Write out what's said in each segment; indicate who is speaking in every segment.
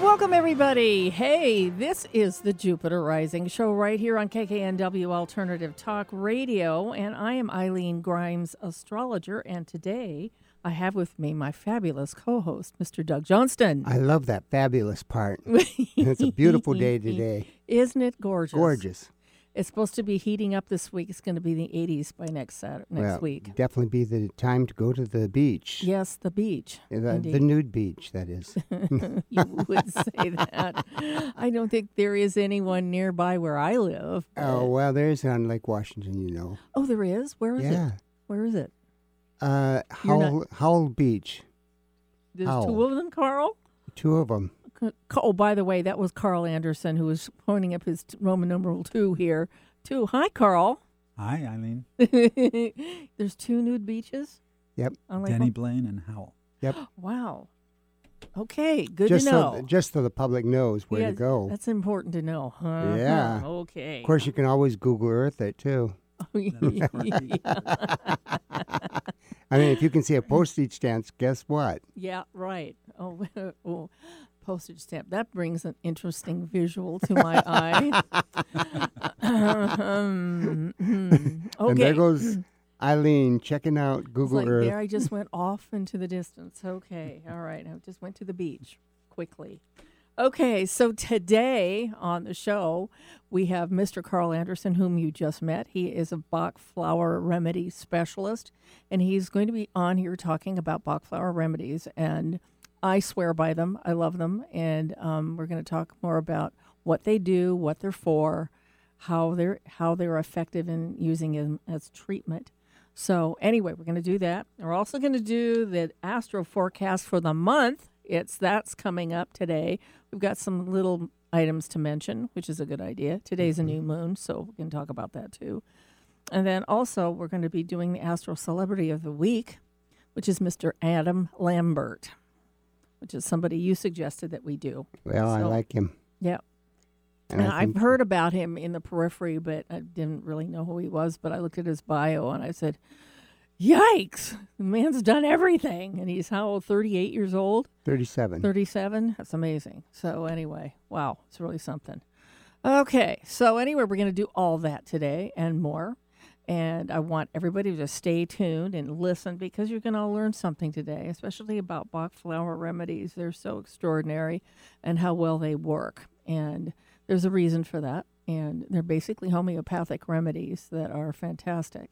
Speaker 1: Welcome, everybody. Hey, this is the Jupiter Rising show right here on KKNW Alternative Talk Radio. And I am Eileen Grimes, astrologer. And today I have with me my fabulous co host, Mr. Doug Johnston.
Speaker 2: I love that fabulous part. it's a beautiful day today.
Speaker 1: Isn't it gorgeous?
Speaker 2: Gorgeous.
Speaker 1: It's supposed to be heating up this week. It's going to be in the 80s by next Saturday, next
Speaker 2: Well,
Speaker 1: week.
Speaker 2: Definitely be the time to go to the beach.
Speaker 1: Yes, the beach.
Speaker 2: The,
Speaker 1: Indeed.
Speaker 2: the nude beach, that is.
Speaker 1: you would say that. I don't think there is anyone nearby where I live.
Speaker 2: oh, well, there's on Lake Washington, you know.
Speaker 1: Oh, there is. Where is
Speaker 2: yeah.
Speaker 1: it? Where is it?
Speaker 2: Uh,
Speaker 1: You're not-
Speaker 2: Howell, Howell Beach,
Speaker 1: There's two
Speaker 2: Owl.
Speaker 1: of them, Carl.
Speaker 2: two of them.
Speaker 1: C- Oh, by the way, that was Carl Anderson who was pointing up his t- Roman numeral two here. Two. Hi, Carl.
Speaker 3: Hi, Eileen.
Speaker 1: There's two nude beaches.
Speaker 2: Yep.
Speaker 1: I'm like,
Speaker 3: Denny Blaine and Howell.
Speaker 2: Yep.
Speaker 1: wow. Okay, good
Speaker 2: just
Speaker 1: to
Speaker 2: so
Speaker 1: know.
Speaker 2: just so the public knows where
Speaker 1: Yeah,
Speaker 2: to go.
Speaker 1: That's important to know, huh?
Speaker 2: Yeah.
Speaker 1: Okay.
Speaker 2: Of course, you can always Google Earth it too. I mean, if you can see a postage stamp, guess what?
Speaker 1: Yeah, right. Oh, oh, postage stamp. That brings an interesting visual to my eye. Um, mm, okay.
Speaker 2: And there goes Eileen checking out
Speaker 1: It's
Speaker 2: Google
Speaker 1: like
Speaker 2: Earth.
Speaker 1: there, I just went off into the distance. Okay, all right. I just went to the beach quickly. Okay, so today on the show, we have Mr. Carl Anderson, whom you just met. He is a Bach flower remedy specialist, and he's going to be on here talking about Bach flower remedies. And I swear by them, I love them. And um, we're going to talk more about what they do, what they're for, how they're how they're effective in using them as treatment. So anyway, we're going to do that. We're also going to do the astro forecast for the month. It's that's coming up today. We've got some little items to mention, which is a good idea. Today's a new moon, so we can talk about that too. And then also we're going to be doing the astro celebrity of the week, which is Mr. Adam Lambert, which is somebody you suggested that we do.
Speaker 2: well, I
Speaker 1: so-
Speaker 2: like him.
Speaker 1: Yeah.
Speaker 2: And
Speaker 1: And
Speaker 2: I
Speaker 1: I've
Speaker 2: think
Speaker 1: heard about him in the periphery, but I didn't really know who he was. But I looked at his bio and I said, Yikes, the man's done everything. And he's how old? 38 years old?
Speaker 2: 37.
Speaker 1: 37? That's amazing. So, anyway, wow, it's really something. Okay, so anyway, we're going to do all that today and more. And I want everybody to stay tuned and listen because you're going to learn something today, especially about Bach flower remedies. They're so extraordinary and how well they work. And there's a reason for that. And they're basically homeopathic remedies that are fantastic.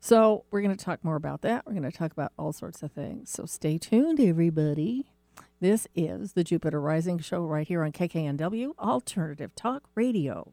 Speaker 1: So, we're going to talk more about that. We're going to talk about all sorts of things. So, stay tuned, everybody. This is the Jupiter Rising Show right here on KKNW Alternative Talk Radio.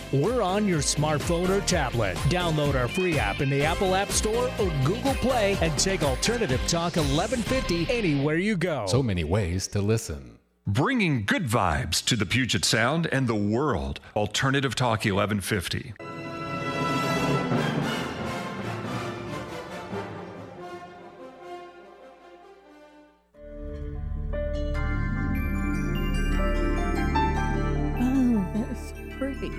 Speaker 4: we're on your smartphone or tablet. Download our free app in the Apple App Store or Google Play and take Alternative Talk 1150 anywhere you go.
Speaker 5: So many ways to listen.
Speaker 6: Bringing good vibes to the Puget Sound and the world. Alternative Talk 1150.
Speaker 1: Oh, that's so pretty.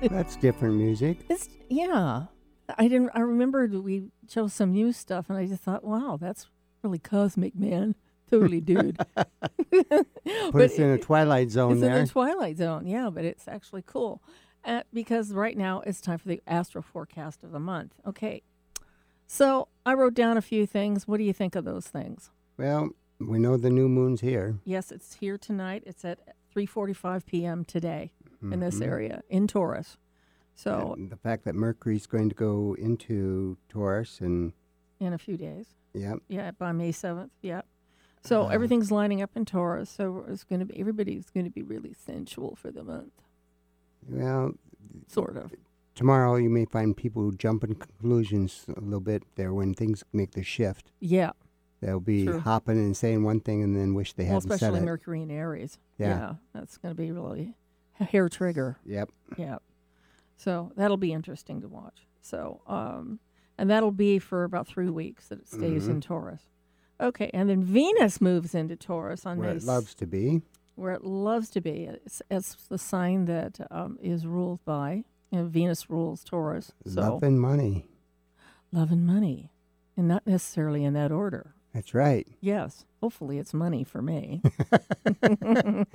Speaker 2: That's different music.
Speaker 1: It's yeah. I didn't. I remembered we chose some new stuff, and I just thought, wow, that's really cosmic, man. Totally, dude. but
Speaker 2: Put us in a twilight zone
Speaker 1: it's in
Speaker 2: there.
Speaker 1: the twilight zone, yeah. But it's actually cool uh, because right now it's time for the astro forecast of the month. Okay, so I wrote down a few things. What do you think of those things?
Speaker 2: well, we know the new moon's here.
Speaker 1: Yes, it's here tonight. It's at 3:45 p.m. today in this area in Taurus. So
Speaker 2: Mm-hmm. And the fact that Mercury's going to go into Taurus and
Speaker 1: in a few days,
Speaker 2: yeah,
Speaker 1: yeah, by May 7th, yeah. So everything's lining up in Taurus. So it's going to be everybody's going to be really sensual for the month,
Speaker 2: well,
Speaker 1: sort of.
Speaker 2: tomorrow you may find people jumping conclusions a little bit there when things make the shift.
Speaker 1: Yeah,
Speaker 2: They'll be
Speaker 1: True.
Speaker 2: hopping and saying one thing and then wish they
Speaker 1: well,
Speaker 2: hadn't said
Speaker 1: especially
Speaker 2: it.
Speaker 1: Mercury and Aries.
Speaker 2: Yeah.
Speaker 1: that's going to be really hair trigger.
Speaker 2: Yep.
Speaker 1: Yeah. So that'll be interesting to watch. So, um, and that'll be for about three weeks that it stays
Speaker 2: Mm-hmm.
Speaker 1: in Taurus. Okay, and then Venus moves into Taurus on
Speaker 2: Where
Speaker 1: May
Speaker 2: it loves to be.
Speaker 1: where it loves to be. It's, it's the sign that um, is ruled by you know, Venus rules Taurus. So
Speaker 2: Love and money.
Speaker 1: love and money, and not necessarily in that order.
Speaker 2: That's right.
Speaker 1: Yes, hopefully it's money for me. I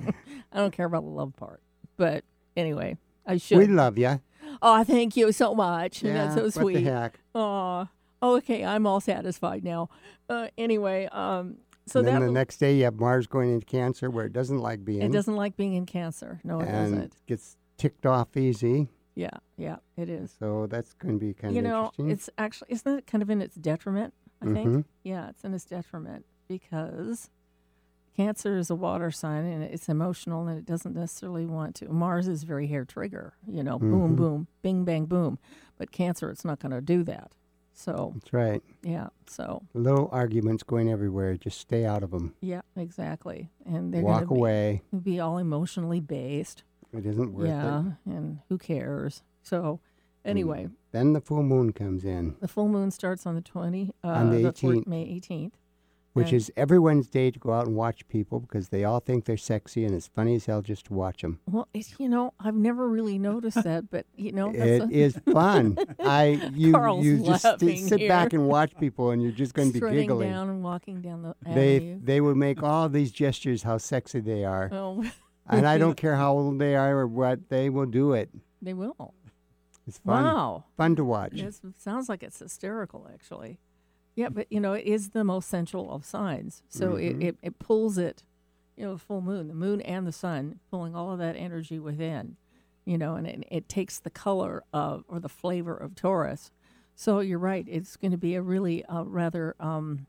Speaker 1: don't care about the love part, but anyway, I should.
Speaker 2: We love you.
Speaker 1: oh, thank you so much. That's so
Speaker 2: What the
Speaker 1: sweet.
Speaker 2: heck?
Speaker 1: Aw. Oh, okay. I'm all satisfied now. Uh, anyway, um, so
Speaker 2: and then
Speaker 1: that
Speaker 2: the next day you have Mars going into Cancer where it doesn't like being.
Speaker 1: it doesn't like being in Cancer. No, Oh, it
Speaker 2: and
Speaker 1: doesn't.
Speaker 2: gets ticked off easy.
Speaker 1: Yeah, yeah, it is.
Speaker 2: So that's going to be kind
Speaker 1: you
Speaker 2: of
Speaker 1: know,
Speaker 2: interesting.
Speaker 1: it's actually isn't it kind of in its detriment? I
Speaker 2: Mhm.
Speaker 1: think. Yeah, it's in its detriment because Cancer is a water sign and it's emotional and it doesn't necessarily want to. Mars is very hair trigger. You know,
Speaker 2: Mm-hmm.
Speaker 1: boom, boom, bing, bang, boom. But Cancer, it's not going to do that. So
Speaker 2: That's right.
Speaker 1: yeah, so
Speaker 2: Little arguments going everywhere. Just stay out of them.
Speaker 1: yeah, exactly. And they're
Speaker 2: Walk
Speaker 1: gonna be-
Speaker 2: away.
Speaker 1: be all emotionally based.
Speaker 2: It isn't worth
Speaker 1: yeah,
Speaker 2: it.
Speaker 1: and who cares? So, anyway,
Speaker 2: Then the full moon comes in,
Speaker 1: the full moon starts on the twenty uh,
Speaker 2: On the
Speaker 1: four-
Speaker 2: 18th.
Speaker 1: May eighteenth.
Speaker 2: which
Speaker 1: And-
Speaker 2: is every Wednesday to go out and watch people because they all think they're sexy and it's funny as hell just to watch them.
Speaker 1: Well, it's, you know, I've never really noticed that, but you know, that's
Speaker 2: It
Speaker 1: a-
Speaker 2: is fun. I you
Speaker 1: Carl's
Speaker 2: you just sit-
Speaker 1: laughing
Speaker 2: sit back
Speaker 1: here.
Speaker 2: and watch people and you're just going to be
Speaker 1: strutting
Speaker 2: giggling.
Speaker 1: down and walking down the
Speaker 2: They
Speaker 1: avenue.
Speaker 2: they will make all these gestures how sexy they are,
Speaker 1: Oh,
Speaker 2: and I don't care how old they are or what they will do it.
Speaker 1: they will.
Speaker 2: It's fun.
Speaker 1: Wow,
Speaker 2: Fun to watch.
Speaker 1: It's- it sounds like it's hysterical, actually. Yeah, but you know, it is the most sensual of signs, so
Speaker 2: Mm-hmm.
Speaker 1: it, it it pulls it. You know, the full moon, the moon and the sun, pulling all of that energy within. You know, and it, it takes the color of or the flavor of Taurus. So you're right; it's going to be a really uh, rather um,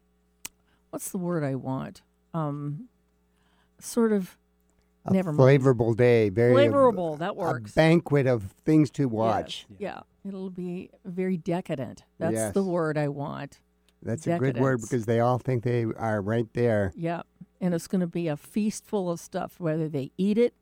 Speaker 1: what's the word I want? Um, sort of
Speaker 2: A
Speaker 1: never mind.
Speaker 2: flavorable day. Very uh,
Speaker 1: flavorable. That
Speaker 2: A
Speaker 1: works.
Speaker 2: banquet of things to watch.
Speaker 1: Yes, Yeah. It'll be very decadent. That's
Speaker 2: Yes.
Speaker 1: the word I want.
Speaker 2: That's a good word
Speaker 1: Decadence.
Speaker 2: because they all think they are right there.
Speaker 1: Yeah. And it's going to be a feast full of stuff, whether they eat it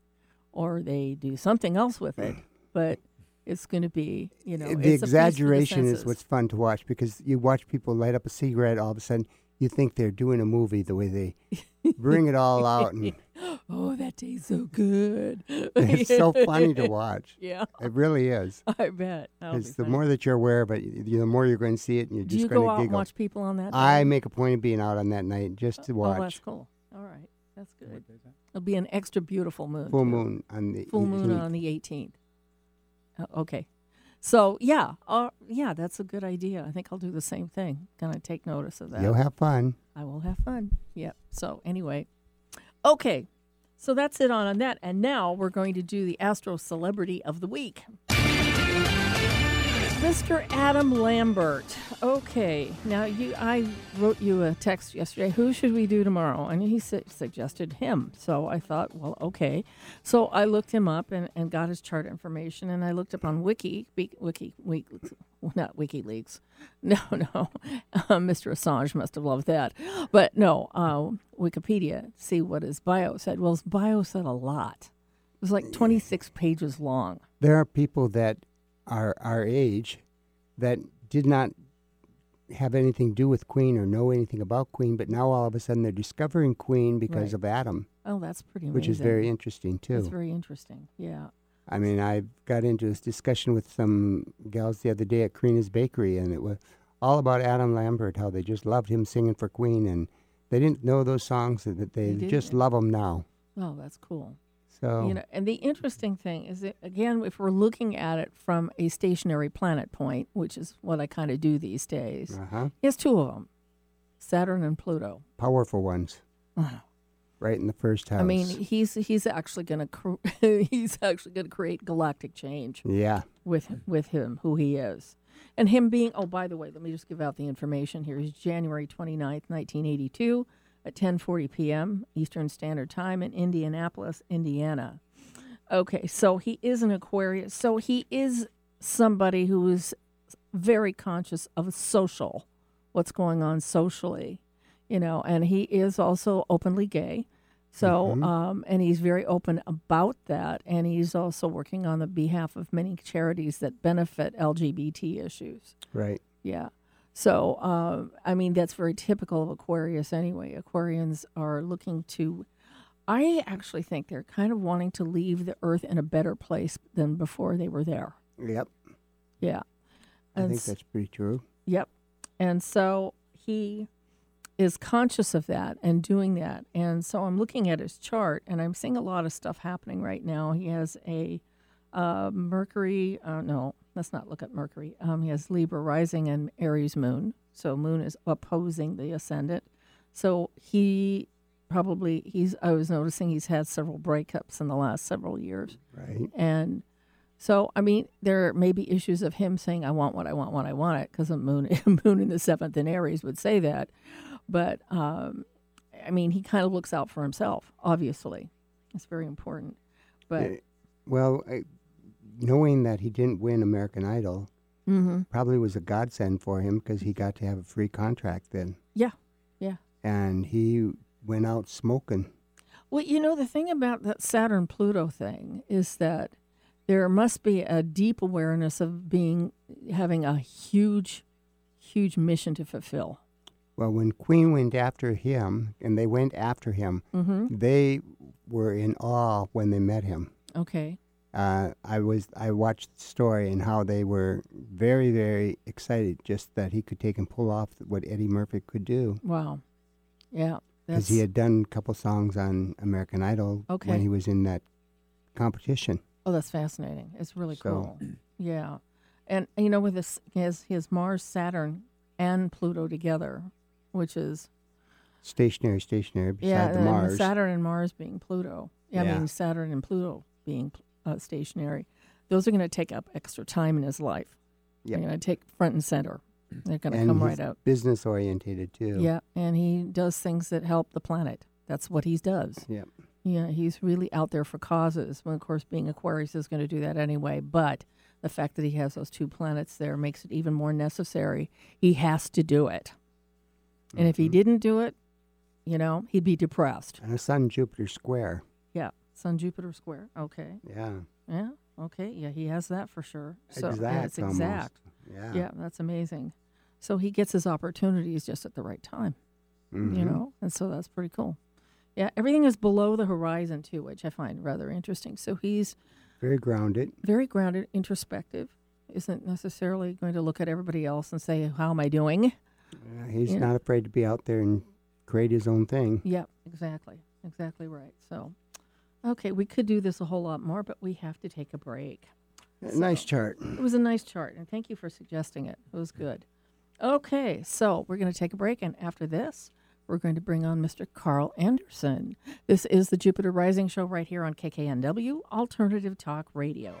Speaker 1: or they do something else with it. But it's going to be, you know,
Speaker 2: the
Speaker 1: it's a feast for the
Speaker 2: exaggeration is
Speaker 1: senses.
Speaker 2: what's fun to watch because you watch people light up a cigarette. All of a sudden, you think they're doing a movie the way they bring it all out, and
Speaker 1: Oh, that tastes so good.
Speaker 2: it's so funny to watch.
Speaker 1: Yeah,
Speaker 2: It really is.
Speaker 1: I bet. That'll be
Speaker 2: Because the
Speaker 1: funny.
Speaker 2: more that you're aware of it, y- the more you're going to see it, and you're
Speaker 1: do
Speaker 2: just
Speaker 1: you
Speaker 2: going
Speaker 1: go
Speaker 2: to
Speaker 1: out and
Speaker 2: giggle.
Speaker 1: watch people on that?
Speaker 2: I
Speaker 1: night?
Speaker 2: make a point of being out on that night just to
Speaker 1: Oh, that's
Speaker 2: watch
Speaker 1: cool. All right, that's good. It'll be an extra beautiful moon.
Speaker 2: full
Speaker 1: too.
Speaker 2: moon on the e-
Speaker 1: full moon
Speaker 2: 18th.
Speaker 1: on the 18th. Uh, okay. So, yeah, uh, yeah, that's a good idea. I think I'll do the same thing. Gonna take notice of that.
Speaker 2: You'll have fun.
Speaker 1: I will have fun. Yep. So, anyway. Okay. So that's it on, on that. And now we're going to do the Astro Celebrity of the Week. Mr. Adam Lambert. Okay. Now you I wrote you a text yesterday. Who should we do tomorrow? And he su- suggested him. So I thought, well, okay. So I looked him up and, and got his chart information and I looked up on Wiki Be- Wiki Wiki well, not WikiLeaks. No, no. Uh, Mr. Assange must have loved that. But no, uh, Wikipedia, see what his bio said. Well, his bio said a lot. It was like 26 pages long.
Speaker 2: there are people that are our age that did not have anything to do with Queen or know anything about Queen, but now all of a sudden they're discovering Queen because
Speaker 1: Right.
Speaker 2: of Adam,
Speaker 1: Oh, that's pretty amazing.
Speaker 2: which is very interesting
Speaker 1: That's
Speaker 2: too.
Speaker 1: very interesting. Yeah.
Speaker 2: I mean, I got into this discussion with some gals the other day at Karina's Bakery, and it was all about Adam Lambert, how they just loved him singing for Queen, and they didn't know those songs, and that they
Speaker 1: They
Speaker 2: just
Speaker 1: didn't.
Speaker 2: love him now.
Speaker 1: Oh, that's cool.
Speaker 2: So
Speaker 1: You know, and the interesting thing is that again, if we're looking at it from a stationary planet point, which is what I kind of do these days,
Speaker 2: uh-huh.
Speaker 1: he has two of them, Saturn and Pluto.
Speaker 2: powerful ones, right in the first house.
Speaker 1: I mean, he's he's actually going to cr- he's actually going to create galactic change
Speaker 2: yeah,
Speaker 1: with with him who he is. And him being oh by the way, let me just give out the information here. He's January 29th, 1982 at 10:40 p.m. Eastern Standard Time in Indianapolis, Indiana. Okay, so he is an Aquarius. So he is somebody who is very conscious of social what's going on socially, you know, and he is also openly gay. So,
Speaker 2: Mm-hmm.
Speaker 1: um, and he's very open about that. And he's also working on the behalf of many charities that benefit LGBT issues.
Speaker 2: Right.
Speaker 1: Yeah. So, um, I mean, that's very typical of Aquarius anyway. Aquarians are looking to, I actually think they're kind of wanting to leave the earth in a better place than before they were there.
Speaker 2: Yep.
Speaker 1: Yeah.
Speaker 2: I think
Speaker 1: s-
Speaker 2: that's pretty true.
Speaker 1: Yep. And so he is conscious of that and doing that. And so I'm looking at his chart and I'm seeing a lot of stuff happening right now. He has a uh, Mercury, uh, no, let's not look at Mercury. Um, he has Libra rising and Aries moon. So moon is opposing the ascendant. So he probably, he's, I was noticing he's had several breakups in the last several years.
Speaker 2: Right.
Speaker 1: And so, I mean, there may be issues of him saying, I want what I want when I want it, because a moon, moon in the seventh in Aries would say that. But, um, I mean, he kind of looks out for himself, obviously. It's very important. But,
Speaker 2: Yeah. Well, I, knowing that he didn't win American Idol
Speaker 1: Mhm.
Speaker 2: probably was a godsend for him because he got to have a free contract then.
Speaker 1: yeah, yeah.
Speaker 2: And he went out smoking.
Speaker 1: Well, you know, the thing about that Saturn Pluto thing is that there must be a deep awareness of being, having a huge, huge mission to fulfill.
Speaker 2: Well, when Queen went after him, and they went after him,
Speaker 1: Mm-hmm.
Speaker 2: they were in awe when they met him.
Speaker 1: Okay.
Speaker 2: Uh, I was I watched the story and how they were very very excited just that he could take and pull off what Eddie Murphy could do
Speaker 1: Wow. Yeah.
Speaker 2: because he had done a couple songs on American Idol
Speaker 1: Okay.
Speaker 2: when he was in that competition.
Speaker 1: Oh, that's fascinating. It's really
Speaker 2: So-
Speaker 1: cool. Yeah. And you know, with this his his Mars, Saturn and Pluto together, which is
Speaker 2: Stationary, stationary beside
Speaker 1: yeah,
Speaker 2: the
Speaker 1: and
Speaker 2: Mars.
Speaker 1: Saturn and Mars being Pluto. Yeah, I
Speaker 2: Yeah.
Speaker 1: mean Saturn and Pluto being uh, stationary. Those are going to take up extra time in his life.
Speaker 2: Yep.
Speaker 1: They're going to take front and center. They're going to
Speaker 2: and
Speaker 1: come
Speaker 2: he's
Speaker 1: right out.
Speaker 2: Business orientated too.
Speaker 1: Yeah, and he does things that help the planet. That's what he does.
Speaker 2: Yep.
Speaker 1: Yeah, he's really out there for causes. Well, of course, being Aquarius is going to do that anyway. But the fact that he has those two planets there makes it even more necessary. He has to do it. And if he
Speaker 2: Mm-hmm.
Speaker 1: didn't do it, you know, he'd be depressed.
Speaker 2: And a Sun Jupiter square.
Speaker 1: Yeah. Sun Jupiter square. Okay.
Speaker 2: Yeah.
Speaker 1: Yeah. Okay. Yeah, he has that for sure. So yeah,
Speaker 2: Exact
Speaker 1: it's
Speaker 2: almost.
Speaker 1: exact.
Speaker 2: Yeah.
Speaker 1: Yeah, that's amazing. So he gets his opportunities just at the right time
Speaker 2: Mm-hmm.
Speaker 1: you know and so that's pretty cool yeah everything is below the horizon too which i find rather interesting so he's
Speaker 2: Very grounded.
Speaker 1: very grounded introspective isn't necessarily going to look at everybody else and say how am i doing
Speaker 2: Yeah, Uh, he's
Speaker 1: Yeah.
Speaker 2: not afraid to be out there and create his own thing.
Speaker 1: yep exactly exactly right so okay we could do this a whole lot more but we have to take a break
Speaker 2: Nice chart.
Speaker 1: it was a nice chart and thank you for suggesting it it was good okay so we're going to take a break and after this we're going to bring on Mr. Carl Anderson. This is the Jupiter Rising Show right here on KKNW Alternative Talk Radio.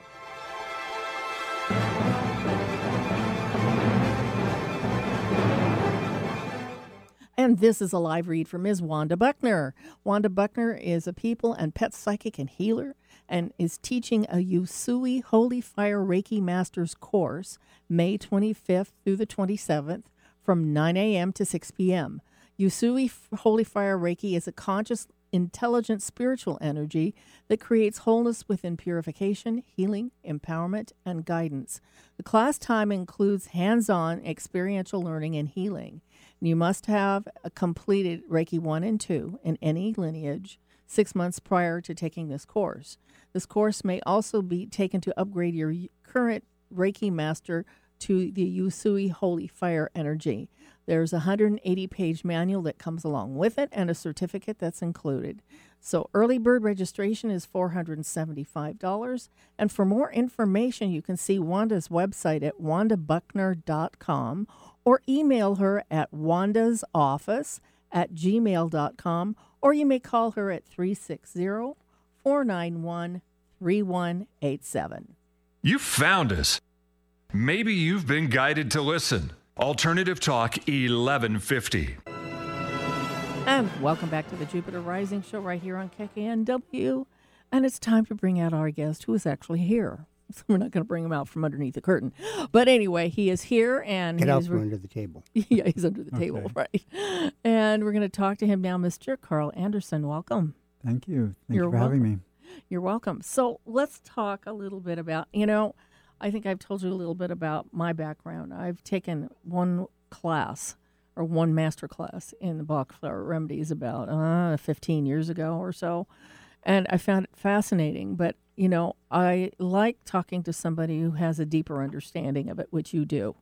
Speaker 1: And this is a live read from Ms. Wanda Buckner. Wanda Buckner is a people and pet psychic and healer and is teaching a Yusui Holy Fire Reiki Masters course May 25th through the 27th from 9 a.m. to 6 p.m. Yusui F- Holy Fire Reiki is a conscious, intelligent spiritual energy that creates wholeness within purification, healing, empowerment, and guidance. The class time includes hands on experiential learning and healing. You must have uh, completed Reiki 1 and 2 in any lineage six months prior to taking this course. This course may also be taken to upgrade your y- current Reiki master to the Yusui Holy Fire Energy. There's a 180 page manual that comes along with it and a certificate that's included. So, early bird registration is $475. And for more information, you can see Wanda's website at wandabuckner.com or email her at wanda's office at gmail.com or you may call her at 360 491 3187.
Speaker 6: You found us. Maybe you've been guided to listen. Alternative Talk 1150.
Speaker 1: And welcome back to the Jupiter Rising Show right here on KKNW. And it's time to bring out our guest who is actually here. So we're not going to bring him out from underneath the curtain. But anyway, he is here and
Speaker 2: Get
Speaker 1: he
Speaker 2: out
Speaker 1: is
Speaker 2: from
Speaker 1: re-
Speaker 2: under the table.
Speaker 1: yeah, he's under the table, right? And we're going to talk to him now, Mr. Carl Anderson. Welcome.
Speaker 3: Thank you. Thank
Speaker 1: You're
Speaker 3: you for having me.
Speaker 1: You're welcome. So let's talk a little bit about, you know, I think I've told you a little bit about my background. I've taken one class or one master class in the Bachflower remedies about uh, 15 years ago or so. And I found it fascinating. But, you know, I like talking to somebody who has a deeper understanding of it, which you do.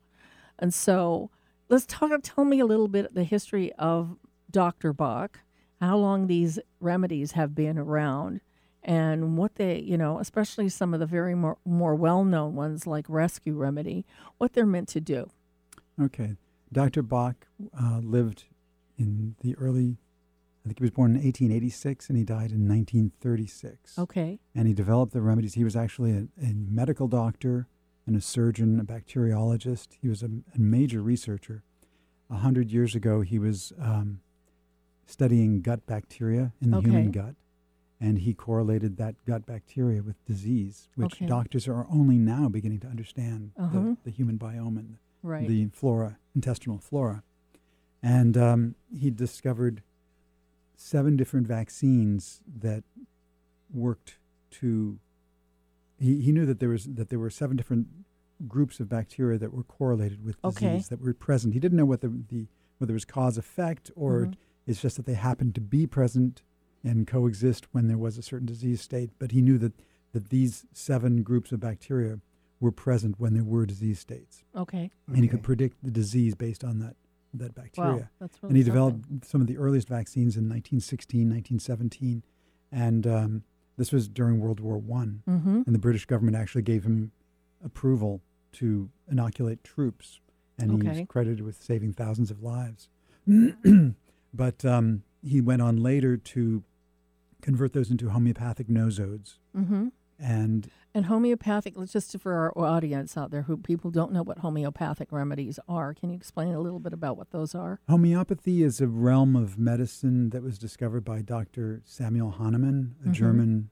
Speaker 1: And so let's talk, tell me a little bit the history of Dr. Bach, how long these remedies have been around, and what they, you know, especially some of the very more, more well known ones like Rescue Remedy, what they're meant to do.
Speaker 3: Okay. Dr. Bach uh, lived in the early, I think he was born in 1886 and he died in 1936.
Speaker 1: Okay.
Speaker 3: and he developed the remedies. He was actually a, a medical doctor and a surgeon, a bacteriologist. He was a, a major researcher. A hundred years ago, he was um, studying gut bacteria in the
Speaker 1: Okay.
Speaker 3: human gut, and he correlated that gut bacteria with disease, which
Speaker 1: Okay.
Speaker 3: doctors are only now beginning to understand
Speaker 1: Uh-huh.
Speaker 3: the, the human biome and
Speaker 1: Right.
Speaker 3: the flora, intestinal flora. And um, he discovered seven different vaccines that worked to. He, he knew that there was that there were seven different groups of bacteria that were correlated with disease
Speaker 1: Okay.
Speaker 3: that were present. He didn't know what the, the whether it was cause effect or
Speaker 1: Mhm.
Speaker 3: it's just that they happened to be present and coexist when there was a certain disease state. But he knew that that these seven groups of bacteria were present when there were disease states
Speaker 1: okay.
Speaker 3: and he could
Speaker 2: Okay.
Speaker 3: predict the disease based on that that bacteria.
Speaker 1: Wow. That's really
Speaker 3: and he
Speaker 1: something.
Speaker 3: developed some of the earliest vaccines in 1916, 1917, and um, this was during World War One.
Speaker 1: Mhm.
Speaker 3: And the British government actually gave him approval to inoculate troops, and he
Speaker 1: Okay.
Speaker 3: was credited with saving thousands of lives. but um, he went on later to convert those into homeopathic nosodes,
Speaker 1: Mhm.
Speaker 3: and
Speaker 1: And homeopathic, let's just for our audience out there who people don't know what homeopathic remedies are, can you explain a little bit about what those are?
Speaker 3: Homeopathy is a realm of medicine that was discovered by Dr. Samuel Hahnemann, a
Speaker 1: Mhm.
Speaker 3: German,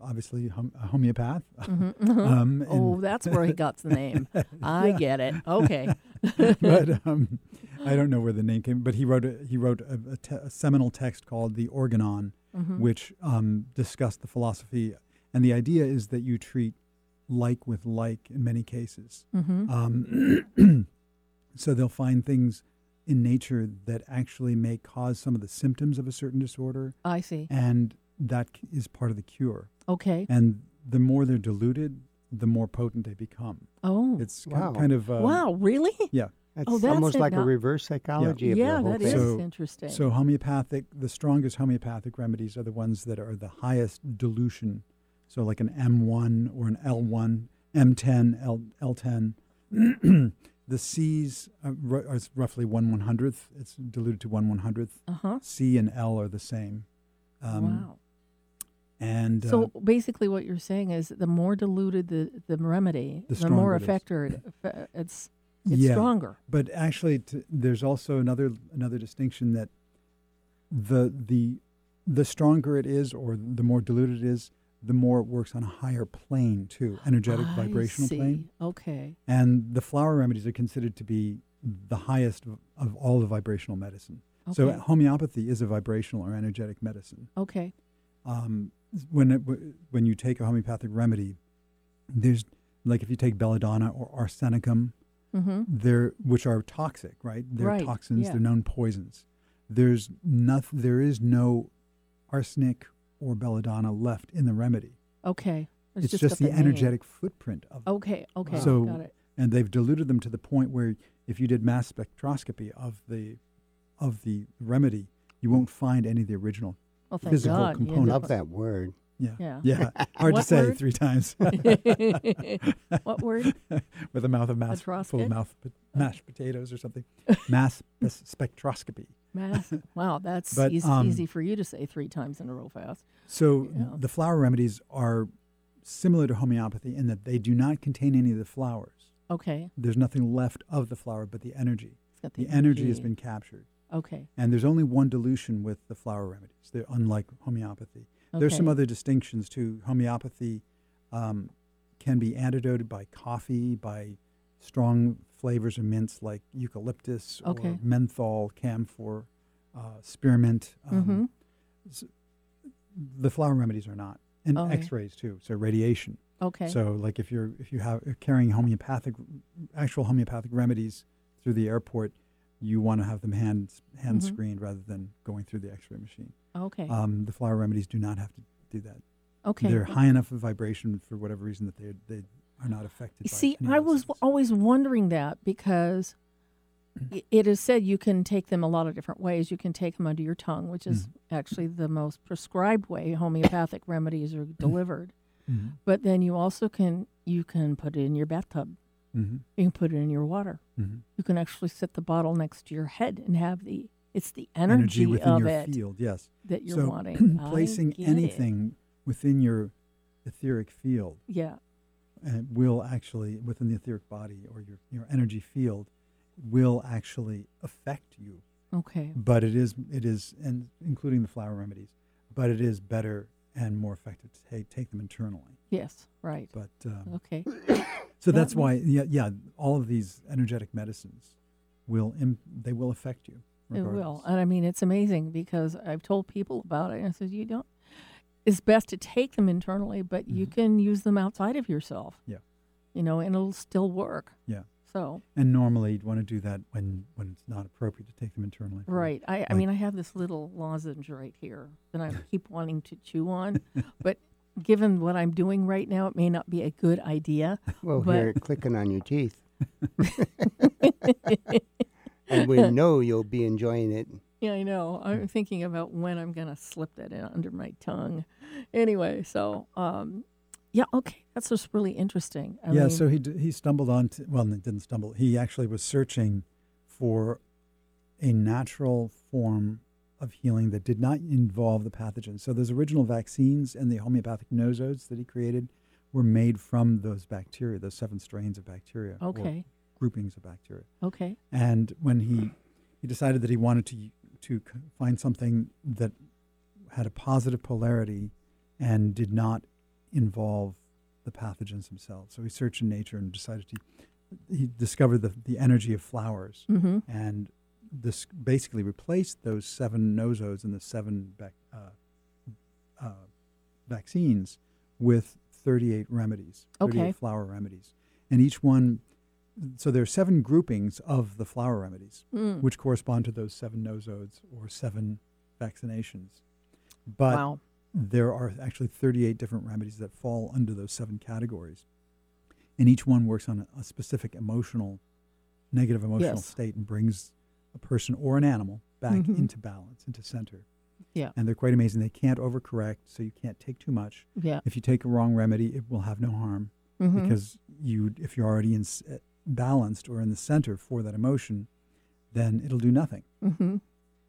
Speaker 3: obviously hom- a homeopath.
Speaker 1: Mhm.
Speaker 3: Um, and-
Speaker 1: oh, that's where he got the name. I
Speaker 3: Yeah.
Speaker 1: get it. Okay.
Speaker 3: but um, I don't know where the name came. But he wrote a, he wrote a, a, te- a seminal text called the Organon,
Speaker 1: Mhm.
Speaker 3: which um, discussed the philosophy. And the idea is that you treat like with like in many cases.
Speaker 1: Mhm.
Speaker 3: Um, so they'll find things in nature that actually may cause some of the symptoms of a certain disorder,
Speaker 1: I see.
Speaker 3: and that c- is part of the cure.
Speaker 1: Okay.
Speaker 3: And the more they're diluted, the more potent they become.
Speaker 1: Oh.
Speaker 3: It's ki-
Speaker 2: Wow.
Speaker 3: kind of um,
Speaker 1: wow. Really?
Speaker 3: Yeah.
Speaker 2: That's
Speaker 1: Oh, that's
Speaker 2: almost
Speaker 1: it
Speaker 2: like a
Speaker 1: now.
Speaker 2: reverse psychology of
Speaker 1: Yeah,
Speaker 2: the whole
Speaker 1: that
Speaker 2: thing.
Speaker 1: is
Speaker 3: So-
Speaker 1: interesting.
Speaker 3: So homeopathic, the strongest homeopathic remedies are the ones that are the highest dilution. So like an M1 or an L1, M10, L, L10. the C's are, ru- are roughly one one hundredth. It's diluted to one one hundredth.
Speaker 1: uh huh.
Speaker 3: C and L are the same.
Speaker 1: wow.
Speaker 3: um, And
Speaker 1: So
Speaker 3: uh,
Speaker 1: basically, what you're saying is the more diluted the, the remedy,
Speaker 3: The
Speaker 1: the, more
Speaker 3: stronger
Speaker 1: effector it- it's it's
Speaker 3: yeah.
Speaker 1: stronger.
Speaker 3: But actually, t- there's also another another distinction that the the the stronger it is, or the more diluted it is, the more it works on a higher plane too, energetic
Speaker 1: I
Speaker 3: vibrational
Speaker 1: see.
Speaker 3: plane.
Speaker 1: Okay.
Speaker 3: And the flower remedies are considered to be the highest of, of all the vibrational medicine. So
Speaker 1: Okay.
Speaker 3: homeopathy is a vibrational or energetic medicine.
Speaker 1: Okay.
Speaker 3: um, when it, w- when you take a homeopathic remedy, there's like if you take belladonna or arsenicum,
Speaker 1: Mm-hmm.
Speaker 3: they're which are toxic, right? They're
Speaker 1: Right,
Speaker 3: toxins.
Speaker 1: yeah.
Speaker 3: They're known poisons. There's nothing. There is no arsenic or belladonna left in the remedy.
Speaker 1: Okay.
Speaker 3: It's, just,
Speaker 1: got
Speaker 3: the
Speaker 1: name. Oh.
Speaker 3: energetic footprint of.
Speaker 1: Okay. Okay.
Speaker 3: So-
Speaker 1: got it.
Speaker 3: And they've diluted them to the point where if you did mass spectroscopy of the of the remedy, you won't find any of the original.
Speaker 1: Well, thank
Speaker 3: physical
Speaker 1: God. you
Speaker 2: I
Speaker 3: component.
Speaker 1: ended
Speaker 2: love that word.
Speaker 3: Yeah.
Speaker 1: Yeah.
Speaker 3: Hard to
Speaker 1: What
Speaker 3: say
Speaker 1: word?
Speaker 3: three times.
Speaker 1: up- what word?
Speaker 3: with a mouth of mass full
Speaker 1: Spectroscopy?
Speaker 3: of mouth pot- mashed potatoes or something. Mass s- spectroscopy.
Speaker 1: Mass. Wow, that's
Speaker 3: But,
Speaker 1: easy,
Speaker 3: um,
Speaker 1: easy for you to say three times in a row fast.
Speaker 3: So
Speaker 1: Yeah.
Speaker 3: the flower remedies are similar to homeopathy in that they do not contain any of the flowers.
Speaker 1: Okay.
Speaker 3: There's nothing left of the flower but the energy.
Speaker 1: It's got
Speaker 3: The energy has been captured.
Speaker 1: Okay.
Speaker 3: And there's only one dilution with the flower remedies. They're unlike homeopathy. There's some
Speaker 1: Okay.
Speaker 3: other distinctions too. Homeopathy um, can be antidoted by coffee, by strong flavors of mints like eucalyptus
Speaker 1: Okay. Mm-hmm.
Speaker 3: or menthol, camphor, uh, spearmint. Um,
Speaker 1: Mhm.
Speaker 3: s- the flower remedies are not, and
Speaker 1: Okay.
Speaker 3: X-rays too. So radiation.
Speaker 1: Okay.
Speaker 3: So like if you're if you have if carrying homeopathic, actual homeopathic remedies through the airport, you want to have them hand hand
Speaker 1: Mhm.
Speaker 3: screened rather than going through the X-ray machine.
Speaker 1: okay.
Speaker 3: Um, the flower remedies do not have to do that.
Speaker 1: okay.
Speaker 3: They're high enough of vibration for whatever reason that they they are not affected. by
Speaker 1: See,
Speaker 3: any
Speaker 1: I
Speaker 3: of those
Speaker 1: was
Speaker 3: things.
Speaker 1: always wondering that because i- it is said you can take them a lot of different ways. You can take them under your tongue, which is
Speaker 3: Mm-hmm.
Speaker 1: actually the most prescribed way homeopathic remedies are
Speaker 3: Mm-hmm.
Speaker 1: delivered.
Speaker 3: Mhm.
Speaker 1: But then you also can you can put it in your bathtub.
Speaker 3: Mhm.
Speaker 1: You can put it in your water.
Speaker 3: Mhm.
Speaker 1: You can actually set the bottle next to your head and have the it's the
Speaker 3: energy,
Speaker 1: energy,
Speaker 3: within
Speaker 1: of
Speaker 3: your
Speaker 1: it
Speaker 3: field. Yes.
Speaker 1: that you're
Speaker 3: so
Speaker 1: wanting. I
Speaker 3: placing
Speaker 1: get it.
Speaker 3: anything within your etheric field
Speaker 1: Yeah.
Speaker 3: uh, will actually within the etheric body or your, your energy field will actually affect you
Speaker 1: Okay.
Speaker 3: but it is it is and including the flower remedies but it is better and more effective to take, take them internally
Speaker 1: Yes. Right.
Speaker 3: but um,
Speaker 1: Okay.
Speaker 3: so
Speaker 1: that
Speaker 3: that's why yeah, yeah all of these energetic medicines will Im- they will affect you
Speaker 1: It will. Uh,
Speaker 3: regardless.
Speaker 1: And I mean, it's amazing because I've told people about it and I said, you don't, it's best to take them internally, but you can use them outside of yourself.
Speaker 3: Mm-hmm. Yeah.
Speaker 1: You know, and it'll still work.
Speaker 3: yeah
Speaker 1: So,
Speaker 3: and normally you'd want to do that when when it's not appropriate to take them internally for-
Speaker 1: right. I, I
Speaker 3: like-
Speaker 1: mean, I have this little lozenge right here that I keep wanting to chew on, but given what I'm doing right now, it may not be a good idea.
Speaker 2: Well,
Speaker 1: But-
Speaker 2: here, clicking on your teeth. and we know you'll be enjoying it.
Speaker 1: Yeah, I know. I'm thinking about when I'm gonna slip that in under my tongue. Anyway, so um, yeah, okay, that's just really interesting. I
Speaker 3: yeah,
Speaker 1: mean,
Speaker 3: so he d- he stumbled on. To, well, no, didn't stumble. He actually was searching for a natural form of healing that did not involve the pathogen. So those original vaccines and the homeopathic nosodes that he created were made from those bacteria, those seven strains of bacteria, or
Speaker 1: Okay.
Speaker 3: groupings of bacteria.
Speaker 1: okay,
Speaker 3: And when he he decided that he wanted to to c- find something that had a positive polarity and did not involve the pathogens themselves. So he searched in nature and decided to he discovered the, the energy of flowers
Speaker 1: mm-hmm.
Speaker 3: and this basically replaced those seven nosodes and the seven bac- uh, uh, vaccines with 38 remedies, 38
Speaker 1: Okay.
Speaker 3: flower remedies. And each one, so there are seven groupings of the flower remedies,
Speaker 1: Mm.
Speaker 3: which correspond to those seven nosodes or seven vaccinations. But
Speaker 1: wow.
Speaker 3: there are actually 38 different remedies that fall under those seven categories. And each one works on a, a specific emotional, negative emotional
Speaker 1: Yes.
Speaker 3: state and brings a person or an animal back
Speaker 1: Mhm.
Speaker 3: into balance, into center.
Speaker 1: Yeah.
Speaker 3: And they're quite amazing. They can't overcorrect, so you can't take too much.
Speaker 1: Yeah,
Speaker 3: If you take a wrong remedy, it will have no harm
Speaker 1: Mhm.
Speaker 3: because you, if you're already in, s- eh, balanced or in the center for that emotion, then it'll do nothing.
Speaker 1: Mhm.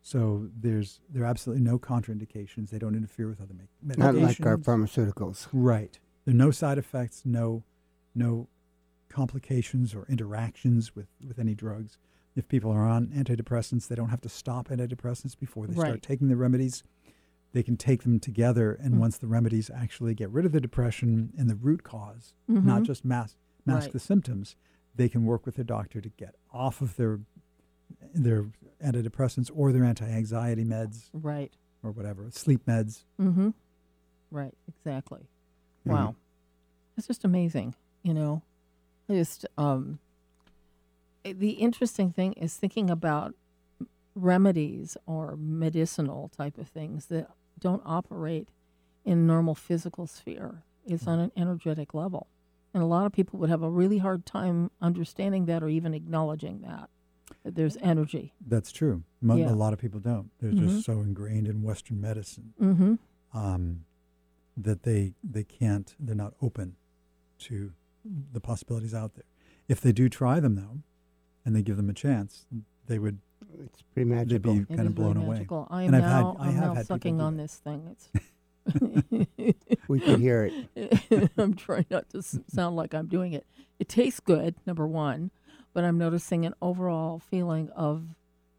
Speaker 3: So there's there are absolutely no contraindications. They don't interfere with other me- medications.
Speaker 2: Not like our pharmaceuticals.
Speaker 3: Right. There are no side effects, no no complications or interactions with, with any drugs. If people are on antidepressants, they don't have to stop antidepressants before they
Speaker 1: Right. Mm.
Speaker 3: start taking the remedies. They can take them together and once the remedies actually get rid of the depression and the root because, not
Speaker 1: Mhm.
Speaker 3: just mask mask
Speaker 1: Right.
Speaker 3: the symptoms, they can work with their doctor to get off of their their antidepressants or their anti-anxiety meds
Speaker 1: right.
Speaker 3: or whatever, sleep meds.
Speaker 1: Mm-hmm. Right. Exactly. Wow. It's just amazing. You know, I just um, i- the interesting thing is thinking about remedies or medicinal type of things that don't operate in normal physical sphere. It's on an energetic level, and a lot of people would have a really hard time understanding that or even acknowledging that, that there's energy.
Speaker 3: That's true. Mo-
Speaker 1: Yeah.
Speaker 3: A lot of people don't. They're
Speaker 1: Mhm.
Speaker 3: just so ingrained in Western medicine
Speaker 1: Mm-hmm.
Speaker 3: um, that they they can't. They're not open to the possibilities out there. If they do try them though, and they give them a chance, they would
Speaker 2: It's pretty
Speaker 3: they'd
Speaker 2: magical.
Speaker 3: be
Speaker 1: It
Speaker 3: kind of
Speaker 1: is really
Speaker 3: blown away.
Speaker 1: magical. I am
Speaker 3: And I've had-
Speaker 1: now,
Speaker 3: I
Speaker 1: I'm
Speaker 3: have
Speaker 1: now
Speaker 3: had people
Speaker 1: sucking
Speaker 3: do
Speaker 1: on
Speaker 3: that.
Speaker 1: this thing. It's
Speaker 2: We can hear it.
Speaker 1: I'm trying not to s- sound like I'm doing it. It tastes good, number one, but I'm noticing an overall feeling of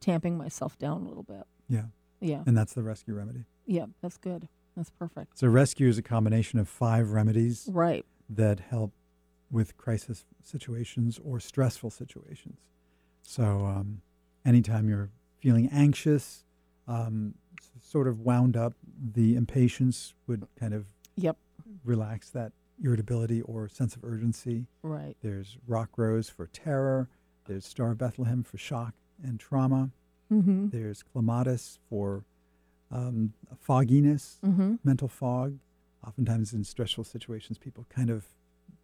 Speaker 1: tamping myself down a little bit.
Speaker 3: Yeah,
Speaker 1: Yeah,
Speaker 3: and that's the rescue remedy.
Speaker 1: yeah, that's good. That's perfect.
Speaker 3: So rescue is a combination of five remedies
Speaker 1: Right.
Speaker 3: that help with crisis situations or stressful situations. So, um, anytime you're feeling anxious, um, sort of wound up, the impatience would kind of
Speaker 1: Yep.
Speaker 3: relax that irritability or sense of urgency.
Speaker 1: Right.
Speaker 3: There's Rock Rose for terror. There's Star of Bethlehem for shock and trauma.
Speaker 1: Mm-hmm.
Speaker 3: There's Clematis for um, fogginess,
Speaker 1: Mm-hmm.
Speaker 3: mental fog. Oftentimes in stressful situations, people kind of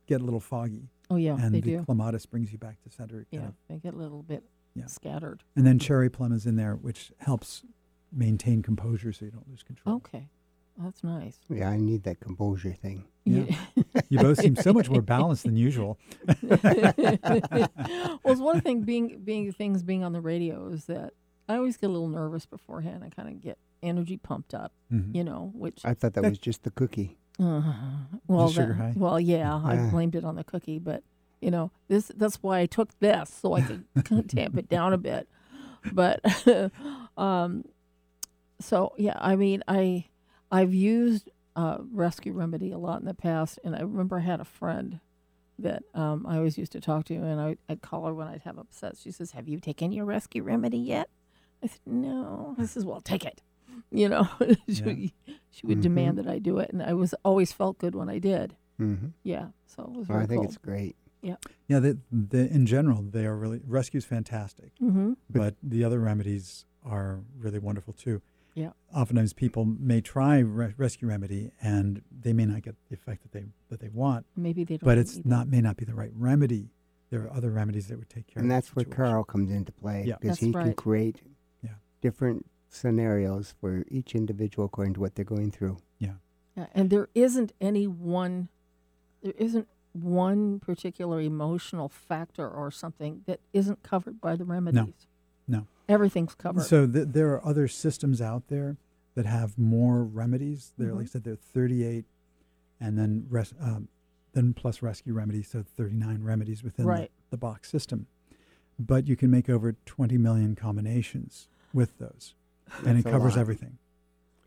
Speaker 3: get a little foggy,
Speaker 1: Oh yeah,
Speaker 3: and
Speaker 1: they
Speaker 3: the
Speaker 1: do.
Speaker 3: Clematis brings you back to center.
Speaker 1: Yeah,
Speaker 3: Kind of.
Speaker 1: they get a little bit
Speaker 3: Yeah.
Speaker 1: scattered.
Speaker 3: And then Cherry Plum is in there, which helps maintain composure so you don't lose control.
Speaker 1: Okay, that's nice.
Speaker 2: Yeah, I need that composure thing.
Speaker 3: Yeah. You both seem so much more balanced than usual.
Speaker 1: well, it's one thing being being things being on the radio is that I always get a little nervous beforehand. I kind of get energy pumped up,
Speaker 3: Mhm.
Speaker 1: you know. Which
Speaker 2: I thought that
Speaker 3: That-
Speaker 2: was just the cookie.
Speaker 1: uh, well,
Speaker 3: sugar
Speaker 1: that-
Speaker 3: high.
Speaker 1: well, yeah, I
Speaker 2: Yeah.
Speaker 1: blamed it on the cookie, but you know this that's why I took this so I could kinda tamp it down a bit. But um, so yeah, I mean I I've used uh, rescue remedy a lot in the past, and I remember I had a friend that um, I always used to talk to, and I, I'd call her when I'd have upset. She says, "Have you taken your rescue remedy yet?" I said, "No." I says, "Well, take it." You know, she, would- she would
Speaker 3: Mm-hmm.
Speaker 1: demand that I do it, and I was always felt good when I did.
Speaker 2: Mm-hmm.
Speaker 1: Yeah, so it was
Speaker 2: Well,
Speaker 1: very
Speaker 2: I think
Speaker 1: cool.
Speaker 2: it's great.
Speaker 3: Yeah, the, the, in general, they are really, rescue's fantastic.
Speaker 1: hmm
Speaker 3: but the other remedies are really wonderful too.
Speaker 1: Yeah.
Speaker 3: Oftentimes, people may try re- rescue remedy and they may not get the effect that they that they want,
Speaker 1: Maybe they don't.
Speaker 3: but it's
Speaker 1: need it.
Speaker 3: not may not be the right remedy. There are other remedies that would take care.
Speaker 2: and
Speaker 3: of the
Speaker 2: that's where
Speaker 3: situation.
Speaker 2: Carl comes into play
Speaker 3: Yeah.
Speaker 2: because
Speaker 1: That's
Speaker 2: he can
Speaker 1: right.
Speaker 2: create
Speaker 3: Yeah.
Speaker 2: different scenarios for each individual according to what they're going through.
Speaker 1: Yeah, and there isn't any one, there isn't one particular emotional factor or something that isn't covered by the remedies.
Speaker 3: No.
Speaker 1: everything's covered.
Speaker 3: So th- there are other systems out there that have more remedies. There, like I said, there are 38, and then res- um, then plus rescue remedies, so 39 remedies within the-
Speaker 1: Right.
Speaker 3: the, box system. But you can make over 20 million combinations with those, and it
Speaker 2: That's a
Speaker 3: covers
Speaker 2: lot.
Speaker 3: everything.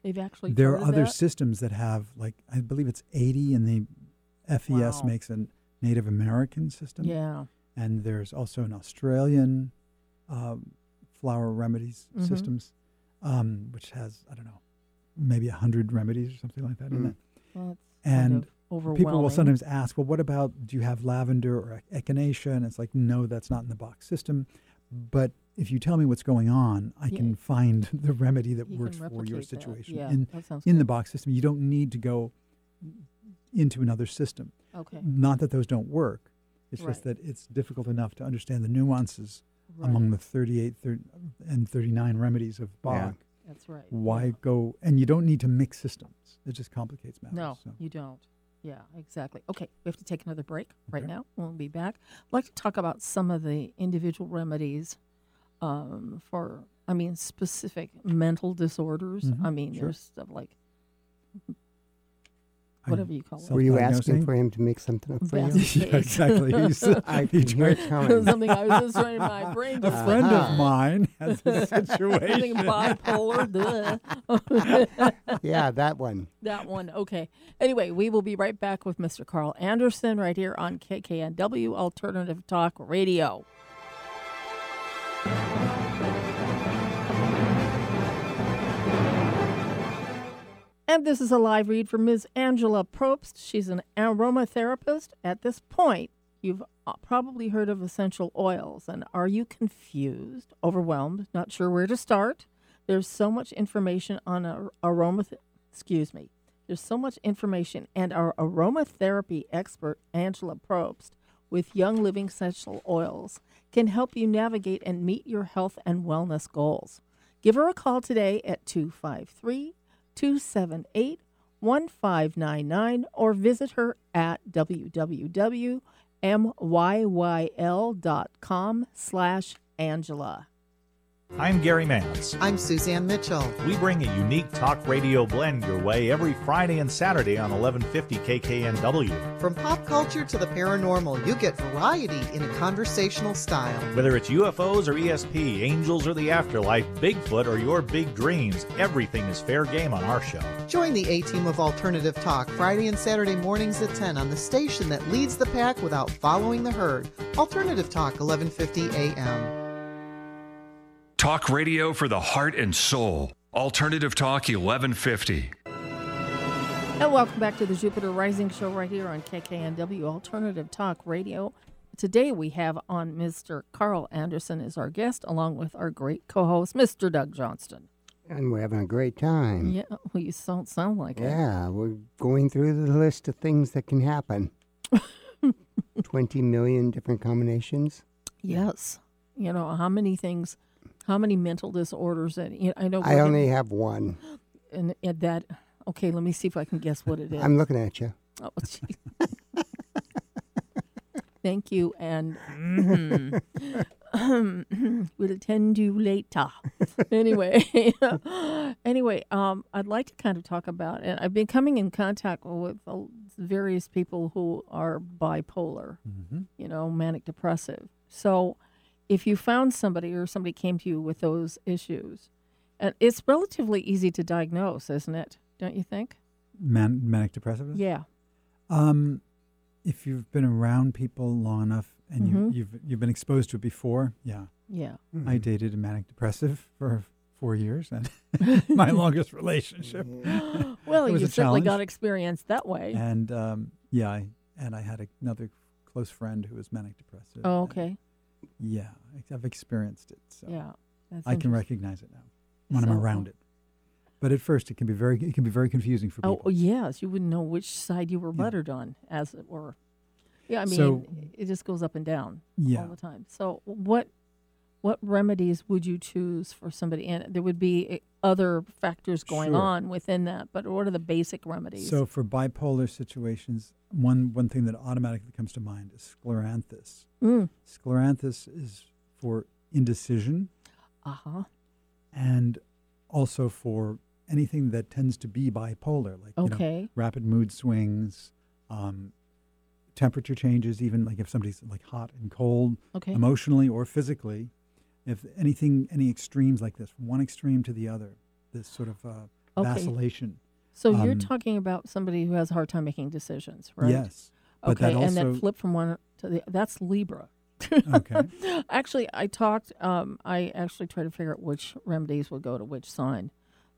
Speaker 1: They've actually
Speaker 3: There are
Speaker 1: charted
Speaker 3: other
Speaker 1: that?
Speaker 3: systems that have like I believe it's 80, and the FES
Speaker 1: Wow.
Speaker 3: makes a Native American system
Speaker 1: Yeah.
Speaker 3: and there's also an Australian um, flower remedies
Speaker 1: Mhm.
Speaker 3: systems, um, which has I don't know, maybe a hundred remedies or something like that in
Speaker 2: Mm.
Speaker 3: it.
Speaker 1: Well, it's
Speaker 3: And
Speaker 1: kind of overwhelming.
Speaker 3: People will sometimes ask, well, what about do you have lavender or ec- echinacea? And it's like, no, that's not in the box system. But if you tell me what's going on, I
Speaker 1: Yeah.
Speaker 3: can find the remedy that
Speaker 1: You
Speaker 3: works
Speaker 1: can
Speaker 3: for your
Speaker 1: replicate that.
Speaker 3: situation
Speaker 1: Yeah,
Speaker 3: in
Speaker 1: that sounds
Speaker 3: in
Speaker 1: good.
Speaker 3: the box system. You don't need to go into another system.
Speaker 1: Okay.
Speaker 3: Not that those don't work. It's just
Speaker 1: Right.
Speaker 3: that it's difficult enough to understand the nuances
Speaker 1: Right.
Speaker 3: among the 38 thir and 39 remedies of
Speaker 2: Yeah.
Speaker 3: Bach.
Speaker 1: That's right.
Speaker 3: Why
Speaker 1: yeah.
Speaker 3: go? And you don't need to mix systems. It just complicates matters.
Speaker 1: No,
Speaker 3: so.
Speaker 1: you don't. Yeah, exactly. Okay, we have to take another break right
Speaker 3: Okay.
Speaker 1: now. We'll be back. I'd like to talk about some of the individual remedies um, for, I mean, specific mental disorders.
Speaker 3: Mhm,
Speaker 1: I mean,
Speaker 3: sure.
Speaker 1: there's stuff like
Speaker 3: I-
Speaker 1: whatever you call it.
Speaker 2: Were you
Speaker 3: Self-diagnosing?
Speaker 2: asking for him to make something up for
Speaker 1: Best
Speaker 2: you?
Speaker 3: Yeah,
Speaker 1: case.
Speaker 3: exactly. You said-
Speaker 2: I
Speaker 3: He
Speaker 2: can hear it
Speaker 3: tried-
Speaker 2: coming.
Speaker 1: Something I was just trying in my brain.
Speaker 3: A
Speaker 1: just-
Speaker 3: friend of
Speaker 2: Uh-huh.
Speaker 3: mine has a situation.
Speaker 1: Something bipolar. duh.
Speaker 2: yeah, that one.
Speaker 1: That one. Okay. Anyway, we will be right back with Mr. Carl Anderson right here on KKNW Alternative Talk Radio. And this is a live read from Ms. Angela Probst. She's an aromatherapist. At this point, you've uh, probably heard of essential oils. And are you confused, overwhelmed, not sure where to start? There's so much information on ar- aromatherapy excuse me, there's so much information, and our aromatherapy expert, Angela Probst, with Young Living Essential Oils, can help you navigate and meet your health and wellness goals. Give her a call today at 253 278 1599 or visit her at www.myyl.com slash Angela.
Speaker 7: I'm Gary Mance.
Speaker 8: I'm Suzanne Mitchell.
Speaker 7: We bring a unique talk radio blend your way every Friday and Saturday on 1150 KKNW.
Speaker 8: From pop culture to the paranormal, you get variety in a conversational style.
Speaker 7: Whether it's UFOs or ESP, angels or the afterlife, Bigfoot or your big dreams, everything is fair game on our show.
Speaker 8: Join the A Team of Alternative Talk Friday and Saturday mornings at 10 on the station that leads the pack without following the herd. Alternative Talk, 1150 a.m.
Speaker 6: Talk radio for the heart and soul. Alternative Talk 1150.
Speaker 1: And welcome back to the Jupiter Rising Show right here on KKNW Alternative Talk Radio. Today we have on Mr. Carl Anderson as our guest, along with our great co host, Mr. Doug Johnston.
Speaker 2: And we're having a great time.
Speaker 1: Yeah, well, you don't sound like it.
Speaker 2: Mm. Yeah, we're going through the list of things that can happen. 20 million different combinations.
Speaker 1: Yes. You know, how many things, how many mental disorders that, you know, I know.
Speaker 2: I
Speaker 1: we're
Speaker 2: only have one.
Speaker 1: getting- And, and that, okay, let me see if I can guess what it is.
Speaker 2: I'm looking at you.
Speaker 1: Oh, gee. Thank you, and we'll attend you later. Anyway, anyway, um, I'd like to kind of talk about, and I've been coming in contact with uh, various people who are bipolar, you know, manic depressive. So, if you found somebody or somebody came to you with those issues, and it's relatively easy to diagnose, isn't it? Don't you think?
Speaker 3: Man- manic depressive. is?
Speaker 1: Yeah.
Speaker 3: Um, if you've been around people long enough and
Speaker 1: Mhm.
Speaker 3: you, you've you've been exposed to it before, yeah.
Speaker 1: Yeah.
Speaker 3: I dated a manic depressive for four years, and my longest relationship.
Speaker 1: Well,
Speaker 3: It
Speaker 1: you
Speaker 3: was a
Speaker 1: certainly got
Speaker 3: challenge.
Speaker 1: experience that way.
Speaker 3: And um, yeah, I, and I had another close friend who was manic depressive.
Speaker 1: oh,
Speaker 3: and
Speaker 1: okay.
Speaker 3: Yeah, I- I've experienced it, so
Speaker 1: Yeah. That's
Speaker 3: I can
Speaker 1: interesting.
Speaker 3: recognize it now when I'm
Speaker 1: So-
Speaker 3: around it. But at first, it can be very it can be very confusing for people.
Speaker 1: Oh, yes. You wouldn't know which side you were buttered on, as it were. Yeah, I mean,
Speaker 3: So-
Speaker 1: it just goes up and down
Speaker 3: Yeah.
Speaker 1: all the time. So, what what remedies would you choose for somebody? And there would be eh, other factors going
Speaker 3: Sure.
Speaker 1: on within that, but what are the basic remedies?
Speaker 3: So for bipolar situations, one one thing that automatically comes to mind is scleranthus.
Speaker 1: mm.
Speaker 3: Scleranthus is for indecision
Speaker 1: uh huh.
Speaker 3: and also for anything that tends to be bipolar, like you know,
Speaker 1: Okay.
Speaker 3: rapid mood swings, um, temperature changes, even like if somebody's like hot and cold,
Speaker 1: Okay.
Speaker 3: emotionally or physically. If anything, any extremes like this, from one extreme to the other, this sort of uh,
Speaker 1: Okay.
Speaker 3: vacillation.
Speaker 1: so, you're
Speaker 3: um,
Speaker 1: talking about somebody who has a hard time making decisions, right?
Speaker 3: Yes. But
Speaker 1: okay,
Speaker 3: that also,
Speaker 1: and then flip from one to the that's Libra.
Speaker 3: Okay.
Speaker 1: actually, I talked. Um, I actually tried to figure out which remedies would go to which sign,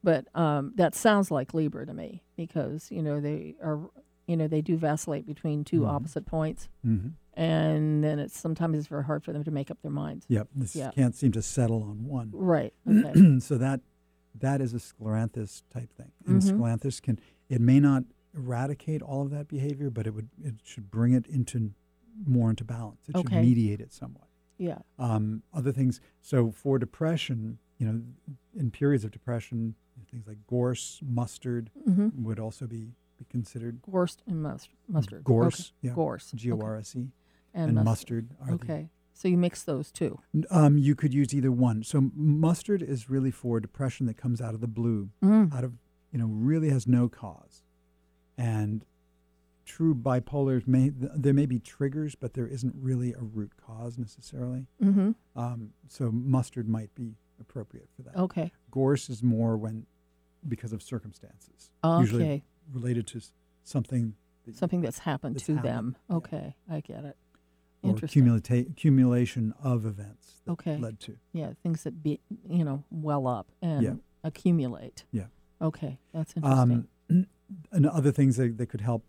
Speaker 1: but um, that sounds like Libra to me because you know they are, you know, they do vacillate between 2
Speaker 3: Mhm.
Speaker 1: opposite points,
Speaker 3: hmm
Speaker 1: and then it's sometimes it's very hard for them to make up their minds.
Speaker 3: Yep. This
Speaker 1: Yeah.
Speaker 3: can't seem to settle on one.
Speaker 1: Right. Okay.
Speaker 3: so that that is a scleranthus type thing. And
Speaker 1: Mhm.
Speaker 3: scleranthus can it may not eradicate all of that behavior, but it would it should bring it into more into balance. It
Speaker 1: Okay.
Speaker 3: should mediate it somewhat.
Speaker 1: yeah.
Speaker 3: Um, other things. So for depression, you know, in periods of depression, things like gorse, mustard
Speaker 1: Mm-hmm.
Speaker 3: would also be, be considered.
Speaker 1: Gorse and mustard. Mustard. Okay.
Speaker 3: Gorse, yeah.
Speaker 1: Gorse. okay,
Speaker 3: G O R S E
Speaker 1: And,
Speaker 3: and
Speaker 1: mustard.
Speaker 3: mustard are the
Speaker 1: Okay. So you mix those two.
Speaker 3: N- Um, you could use either one. So m- mustard is really for depression that comes out of the blue,
Speaker 1: Mm.
Speaker 3: out of you know really has no cause, and true bipolars may th- there may be triggers, but there isn't really a root cause necessarily.
Speaker 1: Mm-hmm.
Speaker 3: Um, so mustard might be appropriate for that.
Speaker 1: Okay.
Speaker 3: Gorse is more when because of circumstances, usually
Speaker 1: Okay.
Speaker 3: related to s- something that
Speaker 1: Something that's happened
Speaker 3: that's
Speaker 1: to
Speaker 3: happened,
Speaker 1: them.
Speaker 3: yeah.
Speaker 1: Okay. I get it.
Speaker 3: or
Speaker 1: Interesting.
Speaker 3: cumulata- accumulation of events that
Speaker 1: Okay.
Speaker 3: led to.
Speaker 1: Yeah, things that be you know well up and
Speaker 3: Yeah.
Speaker 1: accumulate.
Speaker 3: Yeah.
Speaker 1: Okay, that's interesting.
Speaker 3: um, and other things that, that could help.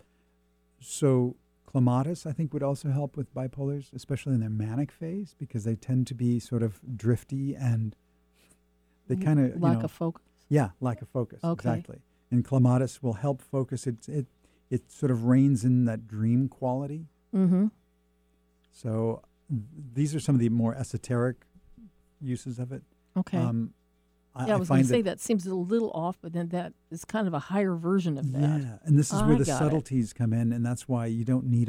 Speaker 3: So clematis, I think, would also help with bipolars, especially in their manic phase, because they tend to be sort of drifty and they
Speaker 1: Mm,
Speaker 3: kind of you
Speaker 1: lack
Speaker 3: know,
Speaker 1: of focus.
Speaker 3: yeah, lack of focus.
Speaker 1: Okay.
Speaker 3: Exactly. And clematis will help focus. It it it sort of reins in that dream quality.
Speaker 1: Mm-hmm.
Speaker 3: So th- these are some of the more esoteric uses of it.
Speaker 1: Okay.
Speaker 3: Um, I,
Speaker 1: yeah, I,
Speaker 3: I
Speaker 1: was going
Speaker 3: find
Speaker 1: to say
Speaker 3: that
Speaker 1: that seems a little off, but then that is kind of a higher version of that.
Speaker 3: Yeah, and this is
Speaker 1: I
Speaker 3: where the
Speaker 1: got it.
Speaker 3: subtleties come in, and that's why you don't need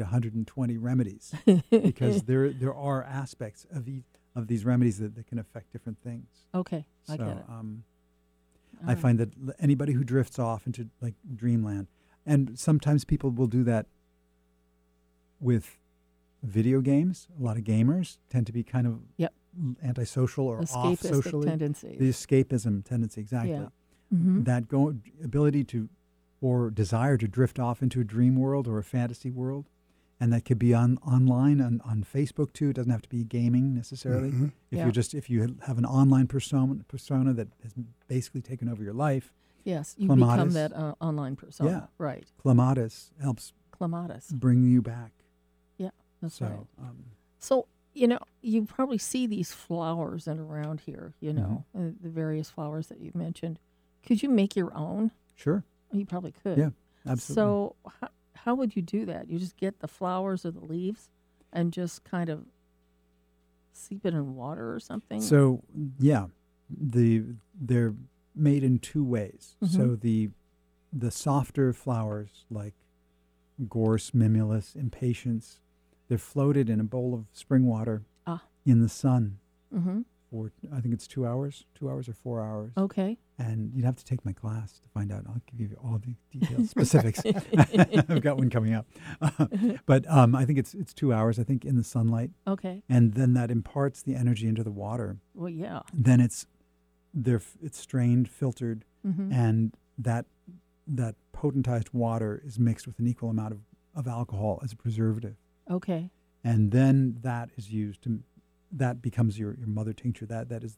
Speaker 3: 120 remedies because there there are aspects of each of these remedies that, that can affect different things.
Speaker 1: Okay, I
Speaker 3: so
Speaker 1: get it.
Speaker 3: um,
Speaker 1: All
Speaker 3: I
Speaker 1: right.
Speaker 3: find that l- anybody who drifts off into like dreamland, and sometimes people will do that with video games. A lot of gamers tend to be kind of
Speaker 1: Yep.
Speaker 3: l- antisocial or off
Speaker 1: escapistic
Speaker 3: socially.
Speaker 1: tendencies.
Speaker 3: The escapism tendency, exactly
Speaker 1: Mhm.
Speaker 3: that go ability to or desire to drift off into a dream world or a fantasy world and that could be on online on, on Facebook too. It doesn't have to be gaming necessarily. If
Speaker 1: Mm-hmm. Yeah.
Speaker 3: you're just if you have an online persona persona that has basically taken over your life,
Speaker 1: Yes, you become
Speaker 3: Clematis.
Speaker 1: that uh, online persona.
Speaker 3: Yeah.
Speaker 1: Right.
Speaker 3: clematis helps
Speaker 1: Clematis.
Speaker 3: bring you back.
Speaker 1: Yeah, that's
Speaker 3: so
Speaker 1: right.
Speaker 3: um,
Speaker 1: So, you know, you probably see these flowers and around here, you know,
Speaker 3: Mm-hmm.
Speaker 1: uh, the various flowers that you mentioned. Could you make your own?
Speaker 3: sure,
Speaker 1: You probably could.
Speaker 3: yeah, absolutely.
Speaker 1: So, how, how would you do that? You just get the flowers or the leaves and just kind of seep it in water or something?
Speaker 3: So yeah, the they're made in two ways. So the the softer flowers like gorse, mimulus, impatience, they're floated in a bowl of spring water
Speaker 1: Ah.
Speaker 3: in the sun
Speaker 1: mm-hmm.
Speaker 3: for I think it's two hours, two hours or four hours.
Speaker 1: Okay.
Speaker 3: And you'd have to take my class to find out. I'll give you all the details, specifics. I've got one coming up, but um, I think it's it's two hours. I think in the sunlight,
Speaker 1: Okay.
Speaker 3: and then that imparts the energy into the water
Speaker 1: Well, yeah.
Speaker 3: then it's they're f- it's strained, filtered,
Speaker 1: Mhm.
Speaker 3: and that that potentized water is mixed with an equal amount of, of alcohol as a preservative,
Speaker 1: Okay.
Speaker 3: and then that is used to that becomes your, your mother tincture. That that is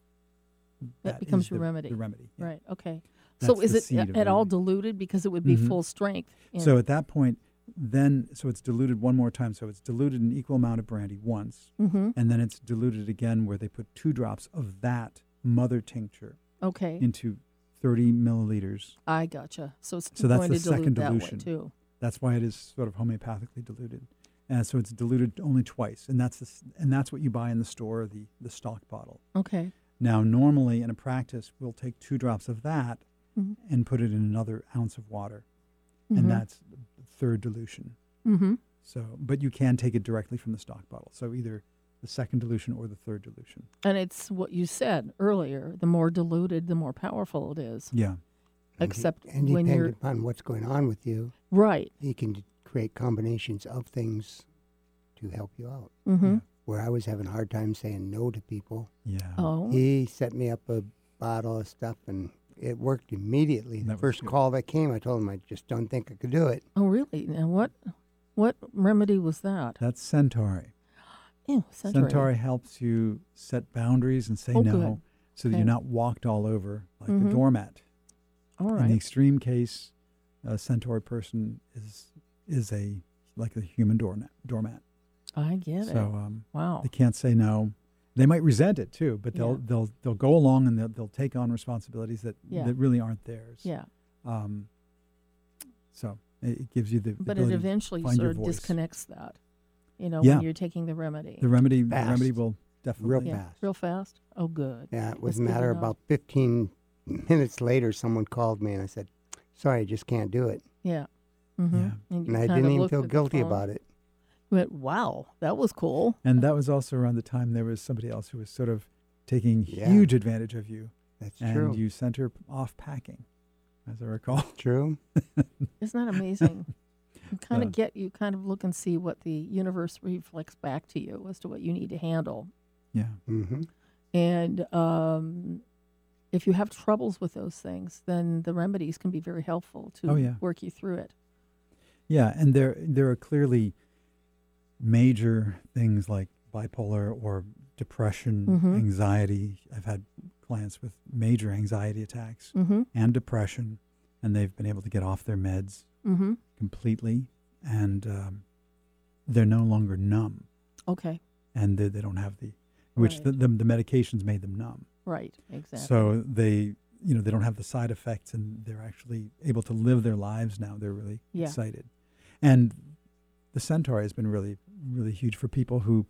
Speaker 1: That becomes
Speaker 3: is
Speaker 1: your
Speaker 3: the-
Speaker 1: remedy.
Speaker 3: The remedy, yeah.
Speaker 1: Right. Okay. so
Speaker 3: That's
Speaker 1: is
Speaker 3: the
Speaker 1: it
Speaker 3: seed
Speaker 1: a-
Speaker 3: of
Speaker 1: at all
Speaker 3: remedy.
Speaker 1: diluted because it would be
Speaker 3: Mhm.
Speaker 1: full strength? in-
Speaker 3: So at that point, then so it's diluted one more time. So it's diluted an equal amount of brandy once,
Speaker 1: Mhm.
Speaker 3: and then it's diluted again where they put two drops of that mother tincture
Speaker 1: okay,
Speaker 3: into thirty milliliters.
Speaker 1: I gotcha. So it's
Speaker 3: So that's
Speaker 1: going
Speaker 3: the
Speaker 1: to dilute
Speaker 3: second
Speaker 1: that
Speaker 3: dilution.
Speaker 1: way too.
Speaker 3: That's why it is sort of homeopathically diluted, and so it's diluted only twice, and that's the, s- and that's what you buy in the store the the stock bottle.
Speaker 1: Okay.
Speaker 3: Now, normally in a practice, we'll take two drops of that
Speaker 1: Mm-hmm.
Speaker 3: and put it in another ounce of water, and that's the third dilution.
Speaker 1: Mm-hmm.
Speaker 3: So, but you can take it directly from the stock bottle. So either the second dilution or the third dilution.
Speaker 1: And it's what you said earlier. The more diluted, the more powerful it is.
Speaker 3: Yeah,
Speaker 2: And de-
Speaker 1: Except
Speaker 2: and
Speaker 1: when
Speaker 2: depending
Speaker 1: you're
Speaker 2: upon what's going on with you,
Speaker 1: right.
Speaker 2: you can d- create combinations of things to help you out.
Speaker 1: Mm-hmm.
Speaker 2: Where I was having a hard time saying no to people,
Speaker 3: yeah.
Speaker 1: Oh.
Speaker 2: he set me up a bottle of stuff, and it worked immediately. The
Speaker 3: That was
Speaker 2: first
Speaker 3: good.
Speaker 2: call that came, I told him I just don't think I could do it.
Speaker 1: Oh, really? Now what? What remedy was that?
Speaker 3: That's centauri.
Speaker 1: Ew,
Speaker 3: Centauri.
Speaker 1: centaury.
Speaker 3: helps you set boundaries and say
Speaker 1: Oh,
Speaker 3: no,
Speaker 1: good.
Speaker 3: so that
Speaker 1: Okay.
Speaker 3: you're not walked all over like
Speaker 1: Mhm.
Speaker 3: the doormat.
Speaker 1: All
Speaker 3: In the
Speaker 1: right.
Speaker 3: extreme case, a centaur person is is a like a human doormat. doormat.
Speaker 1: I get
Speaker 3: so
Speaker 1: it.
Speaker 3: um,
Speaker 1: Wow.
Speaker 3: they can't say no. They might resent it too, but they'll
Speaker 1: Oh. Yeah.
Speaker 3: they'll they'll go along and they'll, they'll take on responsibilities that
Speaker 1: Yeah.
Speaker 3: that really aren't theirs.
Speaker 1: Yeah.
Speaker 3: Um, so it, it gives you the
Speaker 1: But it
Speaker 3: ability to
Speaker 1: eventually
Speaker 3: find
Speaker 1: sort
Speaker 3: your
Speaker 1: of
Speaker 3: voice.
Speaker 1: disconnects that. You know,
Speaker 3: Yeah.
Speaker 1: when you're taking the remedy.
Speaker 3: The remedy the
Speaker 2: Fast.
Speaker 3: remedy will definitely
Speaker 2: Real
Speaker 1: yeah.
Speaker 2: fast.
Speaker 1: Real fast. Oh, good.
Speaker 2: Yeah, it was
Speaker 1: That's
Speaker 2: a
Speaker 1: good to
Speaker 2: matter
Speaker 1: know.
Speaker 2: about 15 minutes later, someone called me, and I said, "Sorry, I just can't do it."
Speaker 1: Yeah. Mm-hmm.
Speaker 3: Yeah.
Speaker 1: And, you
Speaker 2: And I
Speaker 1: kind of
Speaker 2: didn't even
Speaker 1: looked
Speaker 2: feel
Speaker 1: at the
Speaker 2: guilty
Speaker 1: phone.
Speaker 2: about it.
Speaker 1: You went, wow, that was cool.
Speaker 3: And that was also around the time there was somebody else who was sort of taking
Speaker 2: Yeah.
Speaker 3: huge advantage of you,
Speaker 2: That's
Speaker 3: and
Speaker 2: true.
Speaker 3: you sent her off packing, as I recall.
Speaker 2: true.
Speaker 1: Isn't that amazing? you kind
Speaker 3: Uh,
Speaker 1: of get, you kind of look and see what the universe reflects back to you as to what you need to handle.
Speaker 3: Yeah.
Speaker 2: hmm
Speaker 1: And um, if you have troubles with those things, then the remedies can be very helpful to
Speaker 3: Oh, yeah.
Speaker 1: work you through it.
Speaker 3: Yeah, and there there are clearly major things like bipolar or depression,
Speaker 1: Mhm.
Speaker 3: anxiety. I've had clients with major anxiety attacks
Speaker 1: Mm-hmm.
Speaker 3: and depression, and they've been able to get off their meds
Speaker 1: Mm-hmm.
Speaker 3: completely, and um, they're no longer numb,
Speaker 1: Okay.
Speaker 3: and they, they don't have the which the,
Speaker 1: Right.
Speaker 3: the the medications made them numb.
Speaker 1: Right. Exactly.
Speaker 3: So they you know they don't have the side effects and they're actually able to live their lives now. They're really
Speaker 1: Yeah.
Speaker 3: excited. And the centaur has been really really huge for people who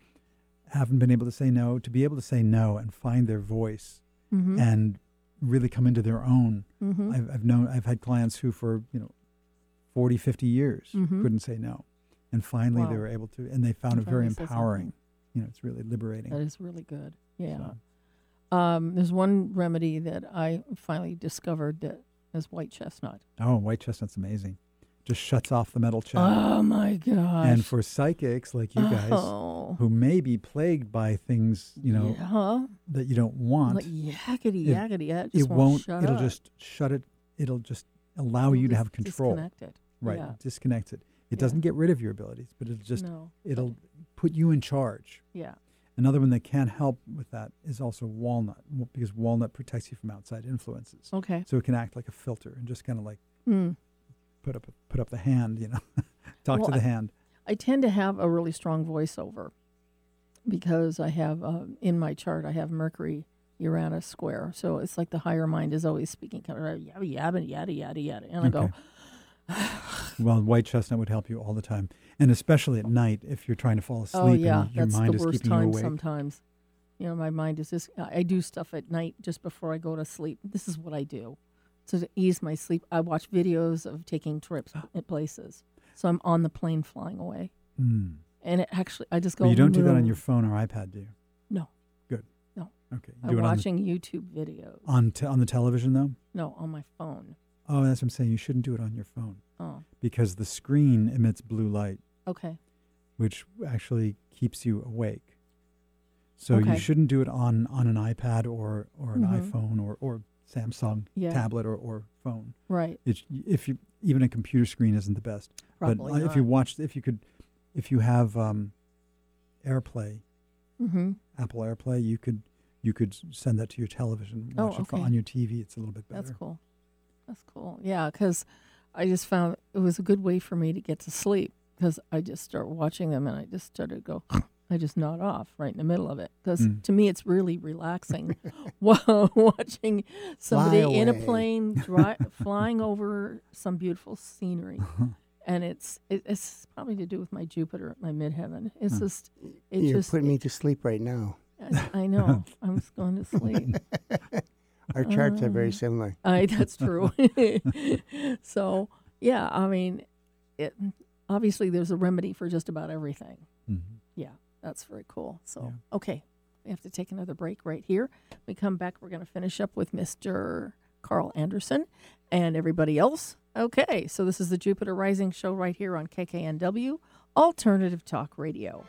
Speaker 3: haven't been able to say no, to be able to say no and find their voice
Speaker 1: mm-hmm.
Speaker 3: and really come into their own.
Speaker 1: mm-hmm.
Speaker 3: I've, I've known I've had clients who for, you know, 40, 50 years
Speaker 1: Mhm.
Speaker 3: couldn't say no. And finally
Speaker 1: Wow.
Speaker 3: they were able to and they found
Speaker 1: And
Speaker 3: it very
Speaker 1: finally said something.
Speaker 3: empowering. You know, it's really liberating.
Speaker 1: That is really good. Yeah.
Speaker 3: So-
Speaker 1: Um, there's one remedy that I finally discovered that is white chestnut.
Speaker 3: Oh, white chestnut's amazing. Just shuts off the metal chest.
Speaker 1: Oh my gosh.
Speaker 3: and for psychics like you guys
Speaker 1: oh.
Speaker 3: who may be plagued by things, you know,
Speaker 1: yeah.
Speaker 3: that you don't want,
Speaker 1: like yakety
Speaker 3: it-
Speaker 1: yakety. It,
Speaker 3: it
Speaker 1: just won't. shut
Speaker 3: it'll
Speaker 1: up.
Speaker 3: just shut it it'll just allow
Speaker 1: It'll
Speaker 3: you to
Speaker 1: just
Speaker 3: have control.
Speaker 1: Disconnect it.
Speaker 3: Right.
Speaker 1: Yeah.
Speaker 3: Disconnects it. It doesn't get rid of your abilities, but it'll just
Speaker 1: No.
Speaker 3: it'll put you in charge.
Speaker 1: Yeah.
Speaker 3: Another one that can't help with that is also walnut, w- because walnut protects you from outside influences.
Speaker 1: Okay.
Speaker 3: So it can act like a filter and just kind of like
Speaker 1: Hmm.
Speaker 3: put up put up the hand, you know, talk
Speaker 1: Well,
Speaker 3: to
Speaker 1: I-
Speaker 3: the hand.
Speaker 1: I tend to have a really strong voiceover because I have um, in my chart I have Mercury Uranus square, so it's like the higher mind is always speaking kind of "Oh, yabba yabba yada yada yada, and I go,
Speaker 3: Okay. Well, white chestnut would help you all the time, and especially at night if you're trying to fall asleep
Speaker 1: oh yeah,
Speaker 3: and your
Speaker 1: that's
Speaker 3: mind
Speaker 1: the
Speaker 3: is
Speaker 1: worst
Speaker 3: keeping you
Speaker 1: time
Speaker 3: awake.
Speaker 1: sometimes. You know, my mind is just I I do stuff at night just before I go to sleep. This is what I do to ease my sleep. I watch videos of taking trips at places, so I'm on the plane flying away,
Speaker 3: Mm.
Speaker 1: and it actually I just go.
Speaker 3: But you don't do that on
Speaker 1: "Moo."
Speaker 3: your phone or iPad, do you?
Speaker 1: no.
Speaker 3: Good.
Speaker 1: No.
Speaker 3: Okay.
Speaker 1: I'm
Speaker 3: You do it on the,
Speaker 1: watching YouTube videos.
Speaker 3: on, te- on the television though.
Speaker 1: No, on my phone.
Speaker 3: Oh, that's what I'm saying. You shouldn't do it on your phone
Speaker 1: Oh,
Speaker 3: because the screen emits blue light,
Speaker 1: okay.
Speaker 3: which actually keeps you awake. So
Speaker 1: Okay.
Speaker 3: you shouldn't do it on, on an iPad or, or an
Speaker 1: Mhm.
Speaker 3: iPhone or, or Samsung
Speaker 1: Yeah.
Speaker 3: tablet or, or phone.
Speaker 1: Right.
Speaker 3: It's, if you even a computer screen isn't the best.
Speaker 1: Probably.
Speaker 3: but uh, if you watch, if you could, if you have um, AirPlay,
Speaker 1: hmm
Speaker 3: Apple AirPlay, you could you could send that to your television.
Speaker 1: Oh,
Speaker 3: Watch it fro-
Speaker 1: okay.
Speaker 3: on your TV. It's a little bit better.
Speaker 1: That's cool. That's cool. Yeah, because I just found it was a good way for me to get to sleep because I just start watching them and I just started to go. I just nod off right in the middle of it because
Speaker 3: Mm.
Speaker 1: to me it's really relaxing while watching somebody in a
Speaker 2: away.
Speaker 1: plane dri- flying over some beautiful scenery.
Speaker 2: Uh-huh.
Speaker 1: And it's it, it's probably to do with my Jupiter, my midheaven. It's just it
Speaker 2: You're
Speaker 1: just
Speaker 2: putting me to sleep right now.
Speaker 1: I, I know I was going to sleep.
Speaker 2: Our charts are
Speaker 1: Uh.
Speaker 2: very similar.
Speaker 1: I that's true. so yeah, I mean, it, obviously there's a remedy for just about everything.
Speaker 3: Mhm.
Speaker 1: Yeah, that's very cool. So okay, we have to take another break right here. When we come back. We're going to finish up with Mr. Carl Anderson and everybody else. Okay, so this is the Jupiter Rising show right here on KKNW Alternative Talk Radio.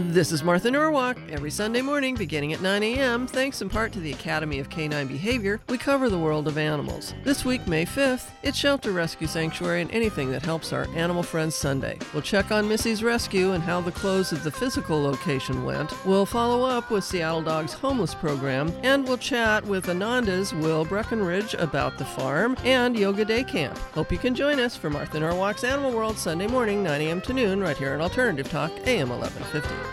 Speaker 9: This is Martha Norwalk. Every Sunday morning, beginning at 9 a.m., thanks in part to the Academy of Canine Behavior, we cover the world of animals. This week, May 5th, it's Shelter Rescue Sanctuary and anything that helps our animal friends Sunday. We'll check on Missy's rescue and how the close of the physical location went. We'll follow up with Seattle Dogs Homeless Program, and we'll chat with Ananda's Will Breckenridge about the farm and Yoga Day Camp. Hope you can join us for Martha Norwalk's Animal World Sunday morning, 9 a.m. to noon, right here on Alternative Talk, AM 1150.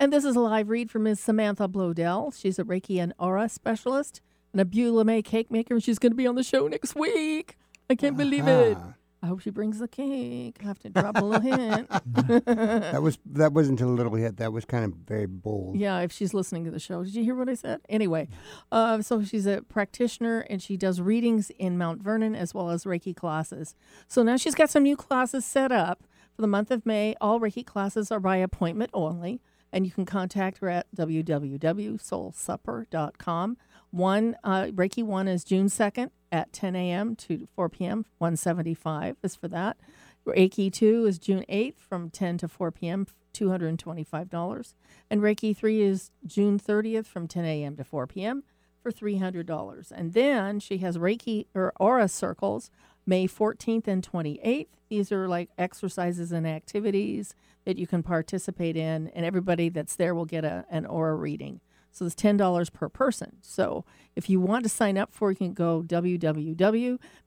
Speaker 1: And this is a live read from Ms. Samantha Blodell. She's a Reiki and Aura specialist and a Beulah May cake maker. She's going to be on the show next week. I can't believe it.
Speaker 2: Ah,
Speaker 1: I hope she brings the cake. I have to drop a little hint.
Speaker 2: that was that wasn't a little hit. That was kind of very bold.
Speaker 1: Yeah, if she's listening to the show. Did you hear what I said? Anyway, uh, so she's a practitioner and she does readings in Mount Vernon as well as Reiki classes. So now she's got some new classes set up for the month of May. All Reiki classes are by appointment only. And you can contact her at www.soulsupper.com. One uh, Reiki one is June 2nd at 10 a.m. to 4 p.m. 175 is for that. Reiki 2 is June 8th from 10 to 4 p.m. $225. And Reiki 3 is June 30th from 10 a.m. to 4 p.m. for $300. And then she has Reiki or Aura circles May 14th and 28th. These are like exercises and activities that you can participate in, and everybody that's there will get a, an aura reading. So it's ten dollars per person. So if you want to sign up for, it, you can go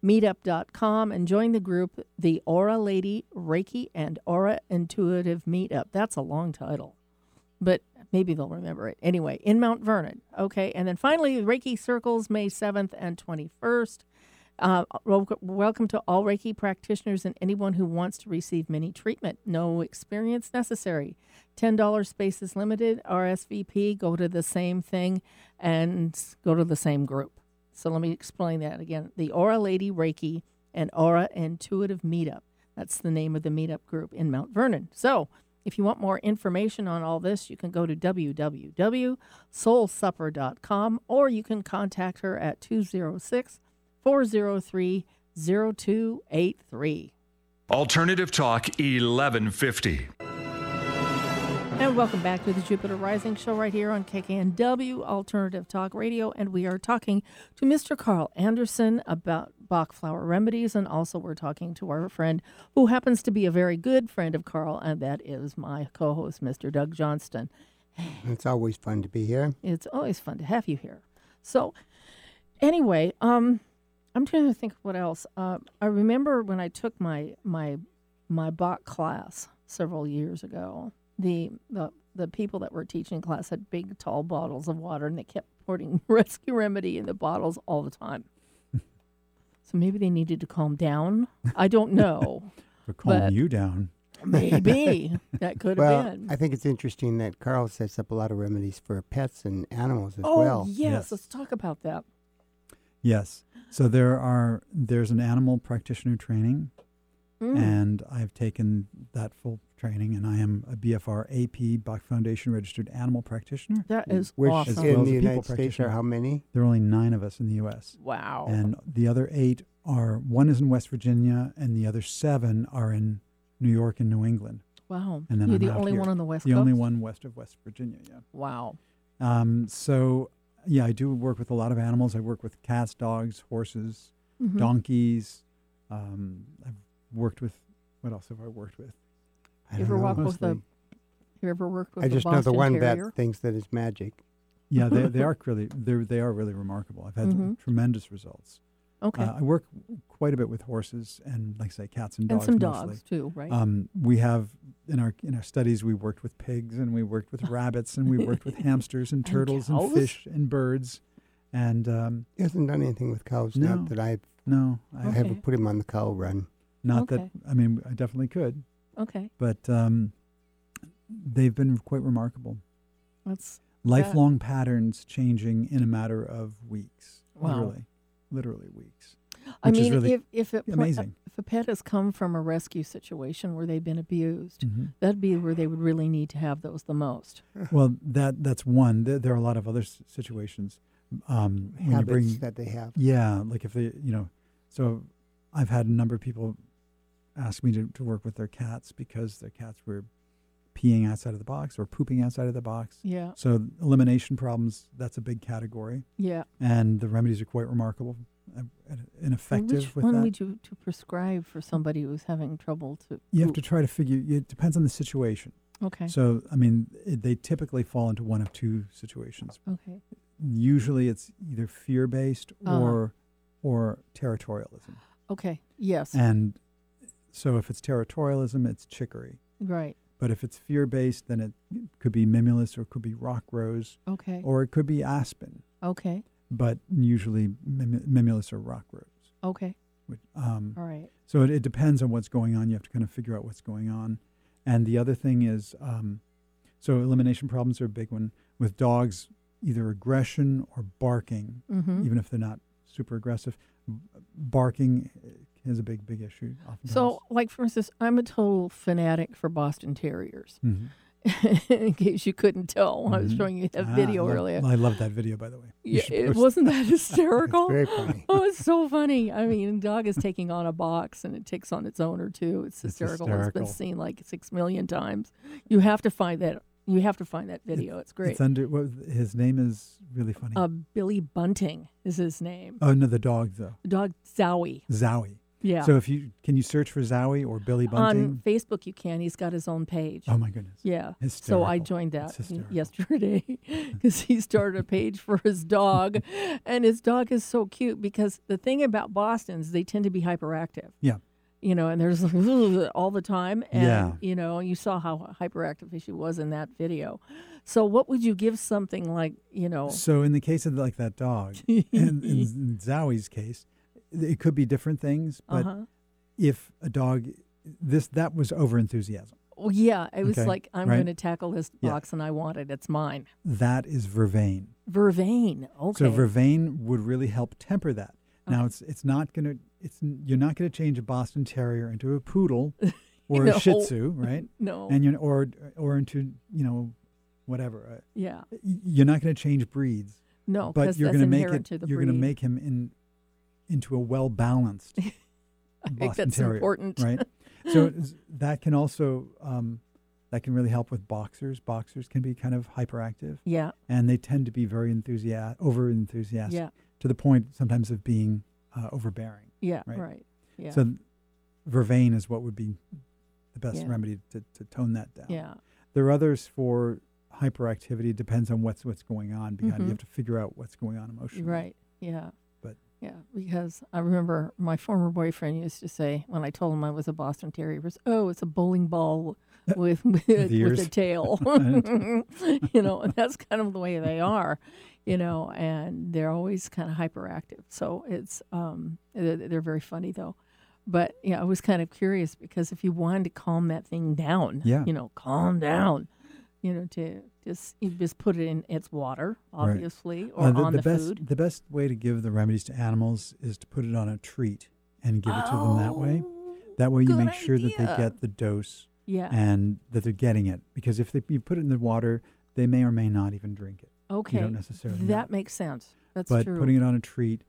Speaker 1: www.meetup.com and join the group, the Aura Lady Reiki and Aura Intuitive Meetup. That's a long title, but maybe they'll remember it anyway. In Mount Vernon, okay. And then finally, Reiki circles May seventh and twenty first. Uh, wel- welcome to all Reiki practitioners and anyone who wants to receive mini treatment. No experience necessary. $10 space is limited. RSVP, go to the same thing and s- go to the same group. So let me explain that again. The Aura Lady Reiki and Aura Intuitive Meetup. That's the name of the meetup group in Mount Vernon. So if you want more information on all this, you can go to www.soulsupper.com or you can contact her at 206- 403 0283.
Speaker 6: Alternative Talk 1150.
Speaker 1: And welcome back to the Jupiter Rising Show right here on KKNW Alternative Talk Radio. And we are talking to Mr. Carl Anderson about Bach flower remedies. And also, we're talking to our friend who happens to be a very good friend of Carl, and that is my co host, Mr. Doug Johnston.
Speaker 2: It's always fun to be here.
Speaker 1: It's always fun to have you here. So, anyway, um, I'm trying to think of what else. Uh, I remember when I took my my my Bach class several years ago. The, the the people that were teaching class had big tall bottles of water, and they kept pouring rescue remedy in the bottles all the time. so maybe they needed to calm down. I don't know.
Speaker 3: For calming
Speaker 1: But-
Speaker 3: you down.
Speaker 1: maybe that could have
Speaker 2: well,
Speaker 1: been.
Speaker 2: I think it's interesting that Carl sets up a lot of remedies for pets and animals as
Speaker 1: oh
Speaker 2: well.
Speaker 1: yes,
Speaker 3: Yes.
Speaker 1: let's talk about that.
Speaker 3: Yes. So there are there's an animal practitioner training,
Speaker 1: Mm.
Speaker 3: and I've taken that full training, and I am a BFR AP Bach Foundation registered animal practitioner.
Speaker 1: that is
Speaker 2: Which
Speaker 1: awesome.
Speaker 3: As well
Speaker 2: in
Speaker 3: as
Speaker 2: the
Speaker 3: a people
Speaker 2: United States
Speaker 3: practitioner.
Speaker 2: are how many?
Speaker 3: There are only nine of us in the U.S.
Speaker 1: wow.
Speaker 3: and the other eight are one is in West Virginia, and the other seven are in New York and New England.
Speaker 1: wow.
Speaker 3: and then
Speaker 1: You're
Speaker 3: I'm
Speaker 1: the
Speaker 3: out
Speaker 1: only
Speaker 3: here.
Speaker 1: one on the West
Speaker 3: the
Speaker 1: Coast.
Speaker 3: only one west of West Virginia. Yeah.
Speaker 1: Wow.
Speaker 3: Um, so yeah, I do work with a lot of animals. I work with cats, dogs, horses,
Speaker 1: Mhm.
Speaker 3: donkeys. Um, I've worked with what else have I worked with?
Speaker 2: I
Speaker 1: You
Speaker 2: don't
Speaker 1: ever
Speaker 2: know.
Speaker 1: walk with a?
Speaker 3: mostly.
Speaker 1: You ever worked with
Speaker 2: I
Speaker 1: a
Speaker 2: just know
Speaker 1: Boston
Speaker 2: the one
Speaker 1: Terrier?
Speaker 2: that thinks that it's magic.
Speaker 3: Yeah, they, they are really they they are really remarkable. I've had
Speaker 1: Mhm.
Speaker 3: tremendous results.
Speaker 1: Okay.
Speaker 3: Uh, I work quite a bit with horses and like I say cats and
Speaker 1: and
Speaker 3: dogs.
Speaker 1: some
Speaker 3: mostly.
Speaker 1: dogs too, right?
Speaker 3: Um, we have in our in our studies we worked with pigs and we worked with rabbits and we worked with hamsters and
Speaker 1: And
Speaker 3: turtles and,
Speaker 1: cows?
Speaker 3: fish and birds, and um,
Speaker 2: He hasn't done anything with cows.
Speaker 3: No.
Speaker 2: Not that I,
Speaker 3: no,
Speaker 2: I
Speaker 3: I,
Speaker 1: Okay.
Speaker 2: haven't put him on the cow run.
Speaker 3: not
Speaker 1: Okay.
Speaker 3: that I mean I definitely could,
Speaker 1: okay.
Speaker 3: but um, they've been quite remarkable.
Speaker 1: That's
Speaker 3: Lifelong patterns changing in a matter of weeks,
Speaker 1: Wow.
Speaker 3: literally, literally weeks.
Speaker 1: I
Speaker 3: Which is
Speaker 1: mean,
Speaker 3: really
Speaker 1: if if it,
Speaker 3: amazing.
Speaker 1: if a pet has come from a rescue situation where they've been abused,
Speaker 3: Mhm.
Speaker 1: that'd be where they would really need to have those the most.
Speaker 3: Well, that that's one. There, there are a lot of other s- situations. Um, when you
Speaker 2: Habits
Speaker 3: bring
Speaker 2: that they have.
Speaker 3: Yeah, like if they, you know, so I've had a number of people ask me to, to work with their cats because their cats were peeing outside of the box or pooping outside of the box.
Speaker 1: Yeah,
Speaker 3: So elimination problems, that's a big category.
Speaker 1: yeah.
Speaker 3: And the remedies are quite remarkable uh, and- and
Speaker 1: And
Speaker 3: effective
Speaker 1: Which
Speaker 3: with
Speaker 1: one
Speaker 3: that.
Speaker 1: would you to prescribe for somebody who's having trouble to?
Speaker 3: you have
Speaker 1: poop?
Speaker 3: to try to figure, it depends on the situation.
Speaker 1: Okay.
Speaker 3: So, I mean, it, they typically fall into one of two situations.
Speaker 1: okay.
Speaker 3: Usually it's either fear-based
Speaker 1: Uh-huh.
Speaker 3: or, or territorialism.
Speaker 1: Okay. Yes.
Speaker 3: And so if it's territorialism, it's chicory.
Speaker 1: right.
Speaker 3: But if it's fear based, then it could be mimulus or it could be rock rose
Speaker 1: Okay.
Speaker 3: or it could be aspen,
Speaker 1: okay.
Speaker 3: but usually mim- mimulus or rock rose.
Speaker 1: Okay.
Speaker 3: Which, um,
Speaker 1: All right.
Speaker 3: so it, it depends on what's going on. You have to kind of figure out what's going on. And the other thing is um, so elimination problems are a big one with dogs, either aggression or barking,
Speaker 1: Mm-hmm.
Speaker 3: even if they're not super aggressive. B- Barking is a big, big issue. Oftentimes.
Speaker 1: So, like for instance, I'm a total fanatic for Boston Terriers.
Speaker 3: Mhm.
Speaker 1: In case you couldn't tell, I was
Speaker 3: Mhm.
Speaker 1: showing you that
Speaker 3: Ah,
Speaker 1: video
Speaker 3: I love-
Speaker 1: earlier.
Speaker 3: I love that video, by the way. You
Speaker 1: Yeah,
Speaker 3: should
Speaker 1: it
Speaker 3: post
Speaker 1: wasn't that
Speaker 2: It's
Speaker 1: hysterical.
Speaker 2: very funny.
Speaker 1: oh, it's so funny. I mean, a dog is taking on a box and it takes on its owner too. It's
Speaker 3: It's
Speaker 1: hysterical. it's
Speaker 3: hysterical.
Speaker 1: been seen like six million times. You have to find that. You have to find that video. It's great.
Speaker 3: It's under what, his name is really funny.
Speaker 1: uh, Billy Bunting is his name.
Speaker 3: oh no, the dog though,
Speaker 1: The dog Zowie.
Speaker 3: Zowie.
Speaker 1: Yeah.
Speaker 3: So if you can you search for Zowie or Billy
Speaker 1: On
Speaker 3: Bunting?
Speaker 1: Facebook, you can. He's got his own page.
Speaker 3: oh my goodness.
Speaker 1: Yeah. So I
Speaker 3: Hysterical.
Speaker 1: joined
Speaker 3: It's
Speaker 1: that y-
Speaker 3: hysterical.
Speaker 1: yesterday because he started a page for his dog. and his dog is so cute because the thing about Boston's, they tend to be hyperactive.
Speaker 3: Yeah.
Speaker 1: You know, and there's all the time. And,
Speaker 3: Yeah.
Speaker 1: you know, you saw how hyperactive she was in that video. So, what would you give something like, you know,
Speaker 3: So in the case of like that dog, in, in Zowie's case, it could be different things, but
Speaker 1: uh-huh.
Speaker 3: if a dog, this that was over enthusiasm.
Speaker 1: Well, yeah, it was
Speaker 3: Okay,
Speaker 1: like, I'm
Speaker 3: right.
Speaker 1: going to tackle this
Speaker 3: Yeah.
Speaker 1: box and I want it. It's mine.
Speaker 3: That is vervain.
Speaker 1: Vervain. Okay.
Speaker 3: So vervain would really help temper that. Now it's it's not gonna it's n- you're not gonna change a Boston Terrier into a poodle or
Speaker 1: No.
Speaker 3: a Shih Tzu, right?
Speaker 1: no.
Speaker 3: And you or or into you know whatever.
Speaker 1: yeah.
Speaker 3: Uh, y- You're not gonna change breeds,
Speaker 1: No,
Speaker 3: but
Speaker 1: 'cause
Speaker 3: you're
Speaker 1: that's
Speaker 3: gonna make
Speaker 1: inherent
Speaker 3: it
Speaker 1: to the
Speaker 3: you're gonna
Speaker 1: breed.
Speaker 3: make him in into a well balanced
Speaker 1: I
Speaker 3: Boston
Speaker 1: think that's
Speaker 3: Terrier,
Speaker 1: important.
Speaker 3: right? so it is- that can also um, That can really help with boxers. Boxers can be kind of hyperactive,
Speaker 1: Yeah.
Speaker 3: and they tend to be very enthusiastic, over enthusiastic,
Speaker 1: Yeah.
Speaker 3: to the point sometimes of being uh, overbearing.
Speaker 1: Yeah. Right.
Speaker 3: Right.
Speaker 1: Yeah.
Speaker 3: So, vervain is what would be the best
Speaker 1: Yeah.
Speaker 3: remedy to, to tone that down.
Speaker 1: yeah.
Speaker 3: There are others for hyperactivity. It depends on what's what's going on. Behind
Speaker 1: Mhm.
Speaker 3: you have to figure out what's going on emotionally.
Speaker 1: Right. Yeah.
Speaker 3: But-
Speaker 1: yeah, because I remember my former boyfriend used to say when I told him I was a Boston Terrier, he was, "Oh, it's a bowling ball with with, with, a
Speaker 3: ears.
Speaker 1: tail." you know, and that's kind of the way they are. You know, and they're always kind of hyperactive. So it's um, they're, they're very funny though. But yeah, I was kind of curious because if you wanted to calm that thing down,
Speaker 3: Yeah.
Speaker 1: you know, calm down. You know, to just you just put it in its water,
Speaker 3: Right.
Speaker 1: obviously, or
Speaker 3: Uh, the,
Speaker 1: on
Speaker 3: the
Speaker 1: the,
Speaker 3: best
Speaker 1: food.
Speaker 3: the best way to give the remedies to animals is to put it on a treat and give it to them that way. That way, you
Speaker 1: Oh, good
Speaker 3: make sure that they
Speaker 1: idea.
Speaker 3: get the dose
Speaker 1: Yeah.
Speaker 3: and that they're getting it. Because if they, you put it in the water, they may or may not even drink it.
Speaker 1: okay.
Speaker 3: necessarily know.
Speaker 1: that makes sense. That's
Speaker 3: but
Speaker 1: true.
Speaker 3: putting it on a treat,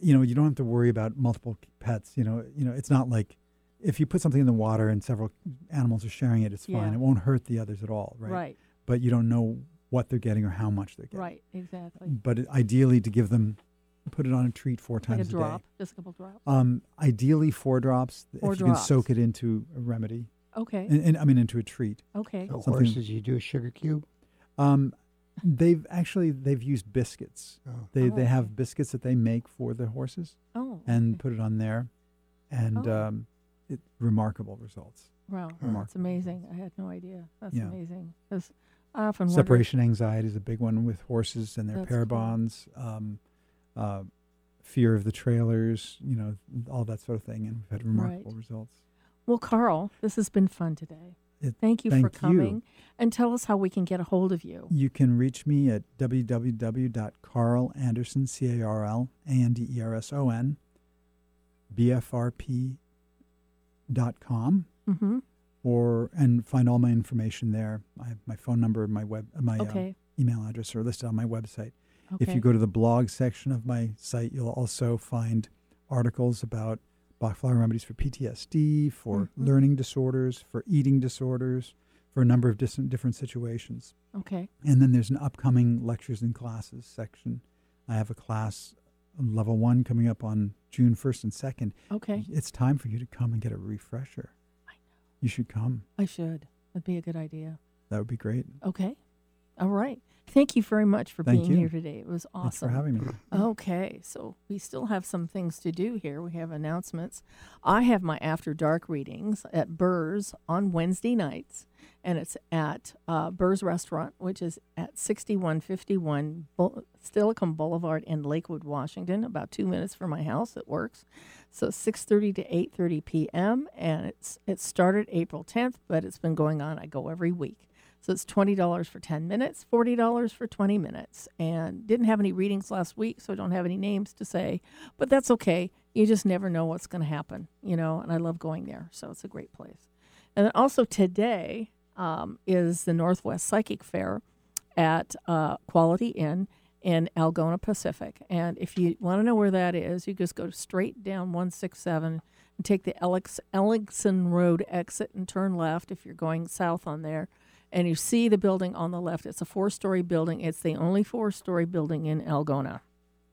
Speaker 3: you know, you don't have to worry about multiple c- pets. You know, you know, it's not like if you put something in the water and several animals are sharing it, it's
Speaker 1: Yeah.
Speaker 3: fine. It won't hurt the others at all, right?
Speaker 1: right.
Speaker 3: But you don't know what they're getting or how much they're getting.
Speaker 1: Right. Exactly.
Speaker 3: But it- ideally, to give them, put it on a treat four
Speaker 1: Like a
Speaker 3: times
Speaker 1: drop,
Speaker 3: day.
Speaker 1: just a couple drops.
Speaker 3: Um, ideally, four drops.
Speaker 1: Four
Speaker 3: if you
Speaker 1: drops.
Speaker 3: can soak it into a remedy,
Speaker 1: Okay.
Speaker 3: and, and I mean into a treat.
Speaker 1: okay.
Speaker 2: So
Speaker 3: Something-
Speaker 2: horses, you do a sugar cube.
Speaker 3: Um, they've actually they've used biscuits.
Speaker 2: Oh.
Speaker 3: They
Speaker 1: Oh,
Speaker 3: they have biscuits that they make for the horses
Speaker 1: Oh.
Speaker 3: and
Speaker 1: okay.
Speaker 3: put it on there, and
Speaker 1: Oh.
Speaker 3: um, it, remarkable results.
Speaker 1: wow, that's
Speaker 3: remarkable
Speaker 1: amazing. I had no idea. That's
Speaker 3: Yeah.
Speaker 1: amazing because I often wonder-
Speaker 3: Separation anxiety is a big one with horses and their
Speaker 1: That's
Speaker 3: pair
Speaker 1: cool.
Speaker 3: bonds. Um, uh, fear of the trailers, you know, all that sort of thing, and we've had remarkable results.
Speaker 1: Well, Carl, this has been fun today.
Speaker 3: It-
Speaker 1: Thank you for
Speaker 3: thank you.
Speaker 1: coming, and tell us how we can get a hold of you.
Speaker 3: You can reach me at www.carlanderson, C A R L A N D E R S O N, BFRP dot com,
Speaker 1: Mm-hmm.
Speaker 3: or and find all my information there. I have my phone number, my web, uh, my uh,
Speaker 1: Okay.
Speaker 3: email address are listed on my website.
Speaker 1: Okay.
Speaker 3: If you go to the blog section of my site, you'll also find articles about Bachflower remedies for PTSD, for
Speaker 1: Mhm.
Speaker 3: learning disorders, for eating disorders, for a number of dis- different situations.
Speaker 1: okay.
Speaker 3: And then there's an upcoming lectures and classes section. I have a class level one coming up on June 1st and 2nd.
Speaker 1: Okay.
Speaker 3: It's time for you to come and get a refresher.
Speaker 1: I know.
Speaker 3: You should come.
Speaker 1: I should. That'd be a good idea.
Speaker 3: That would be great.
Speaker 1: Okay. All right. Thank you very much for
Speaker 3: Thank
Speaker 1: being
Speaker 3: you.
Speaker 1: here today. It was
Speaker 3: Thanks
Speaker 1: awesome.
Speaker 3: for having me.
Speaker 1: Okay, so we still have some things to do here. We have announcements. I have my after dark readings at Burr's on Wednesday nights, and it's at uh, Burr's Restaurant, which is at 6151 Bul- Stilicum Boulevard in Lakewood, Washington, about two minutes from my house. It works. So 6:30 to 8:30 p.m. and it's it started April 10th, but it's been going on. I go every week. So it's twenty dollars for ten minutes, forty dollars for twenty minutes, and didn't have any readings last week, so I don't have any names to say, but that's okay. You just never know what's going to happen, you know. And I love going there, so it's a great place. And then also today um, is the Northwest Psychic Fair at uh, Quality Inn in Algona Pacific. And if you want to know where that is, you just go straight down 167 and take the Alex Ellingson Road exit and turn left if you're going south on there. And you see the building on the left. It's a four story building. It's the only four story building in Algona.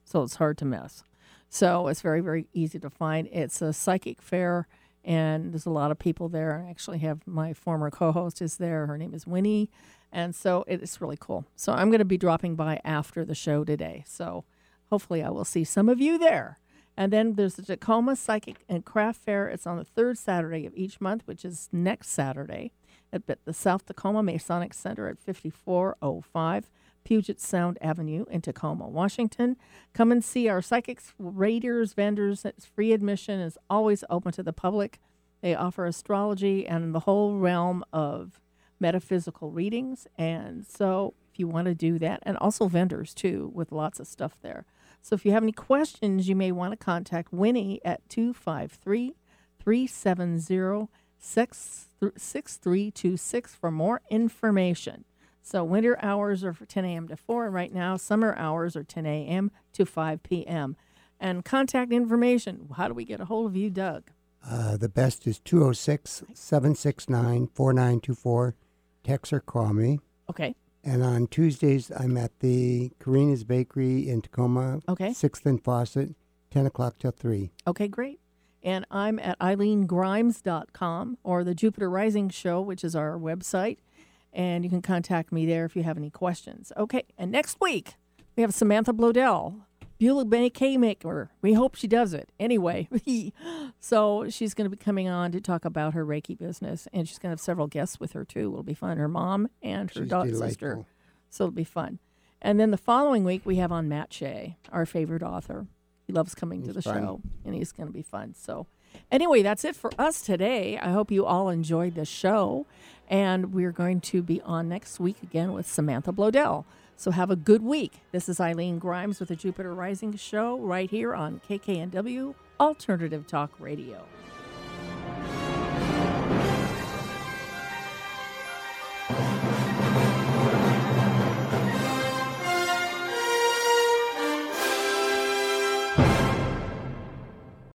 Speaker 1: So it's hard to miss. So it's very, very easy to find. It's a psychic fair, and there's a lot of people there. I actually have my former co host is there. Her name is Winnie. And so it's really cool. So I'm going to be dropping by after the show today. So hopefully I will see some of you there. And then there's the Tacoma Psychic and Craft Fair. It's on the third Saturday of each month, which is next Saturday at the- the South Tacoma Masonic Center at 5405 Puget Sound Avenue in Tacoma, Washington. Come and see our psychics, readers, vendors. It's free admission is always open to the public. They offer astrology and the whole realm of metaphysical readings. And so if you want to do that, and also vendors too, with lots of stuff there. So if you have any questions, you may want to contact Winnie at 253 370 6326 for more information. So winter hours are for 10 a.m. to 4, and right now summer hours are 10 a.m. to 5 p.m. And contact information. How do we get a hold of you, Doug?
Speaker 2: oh Uh, the best is 206 769 4924. text or call me.
Speaker 1: Okay.
Speaker 2: And on Tuesdays, I'm at the Karina's Bakery in Tacoma.
Speaker 1: Okay.
Speaker 2: Sixth and Fawcett, ten o'clock till three.
Speaker 1: Okay, great. And I'm at eileengrimes.com or the Jupiter Rising Show, which is our website. And you can contact me there if you have any questions. Okay, and next week we have Samantha Blodell, Beulah K maker. We hope she does it. Anyway, so she's going to be coming on to talk about her Reiki business. And she's going to have several guests with her, too. It'll be fun. Her mom and her
Speaker 2: She's
Speaker 1: daughter sister.
Speaker 2: delightful.
Speaker 1: So it'll be fun. And then the following week, we have on Matt Shea, our favorite author. He loves coming to the
Speaker 2: He's fun.
Speaker 1: show, and he's going to be fun. So, anyway, that's it for us today. I hope you all enjoyed the show. And we're going to be on next week again with Samantha Blodell. So, have a good week. This is Eileen Grimes with the Jupiter Rising Show right here on KKNW Alternative Talk Radio.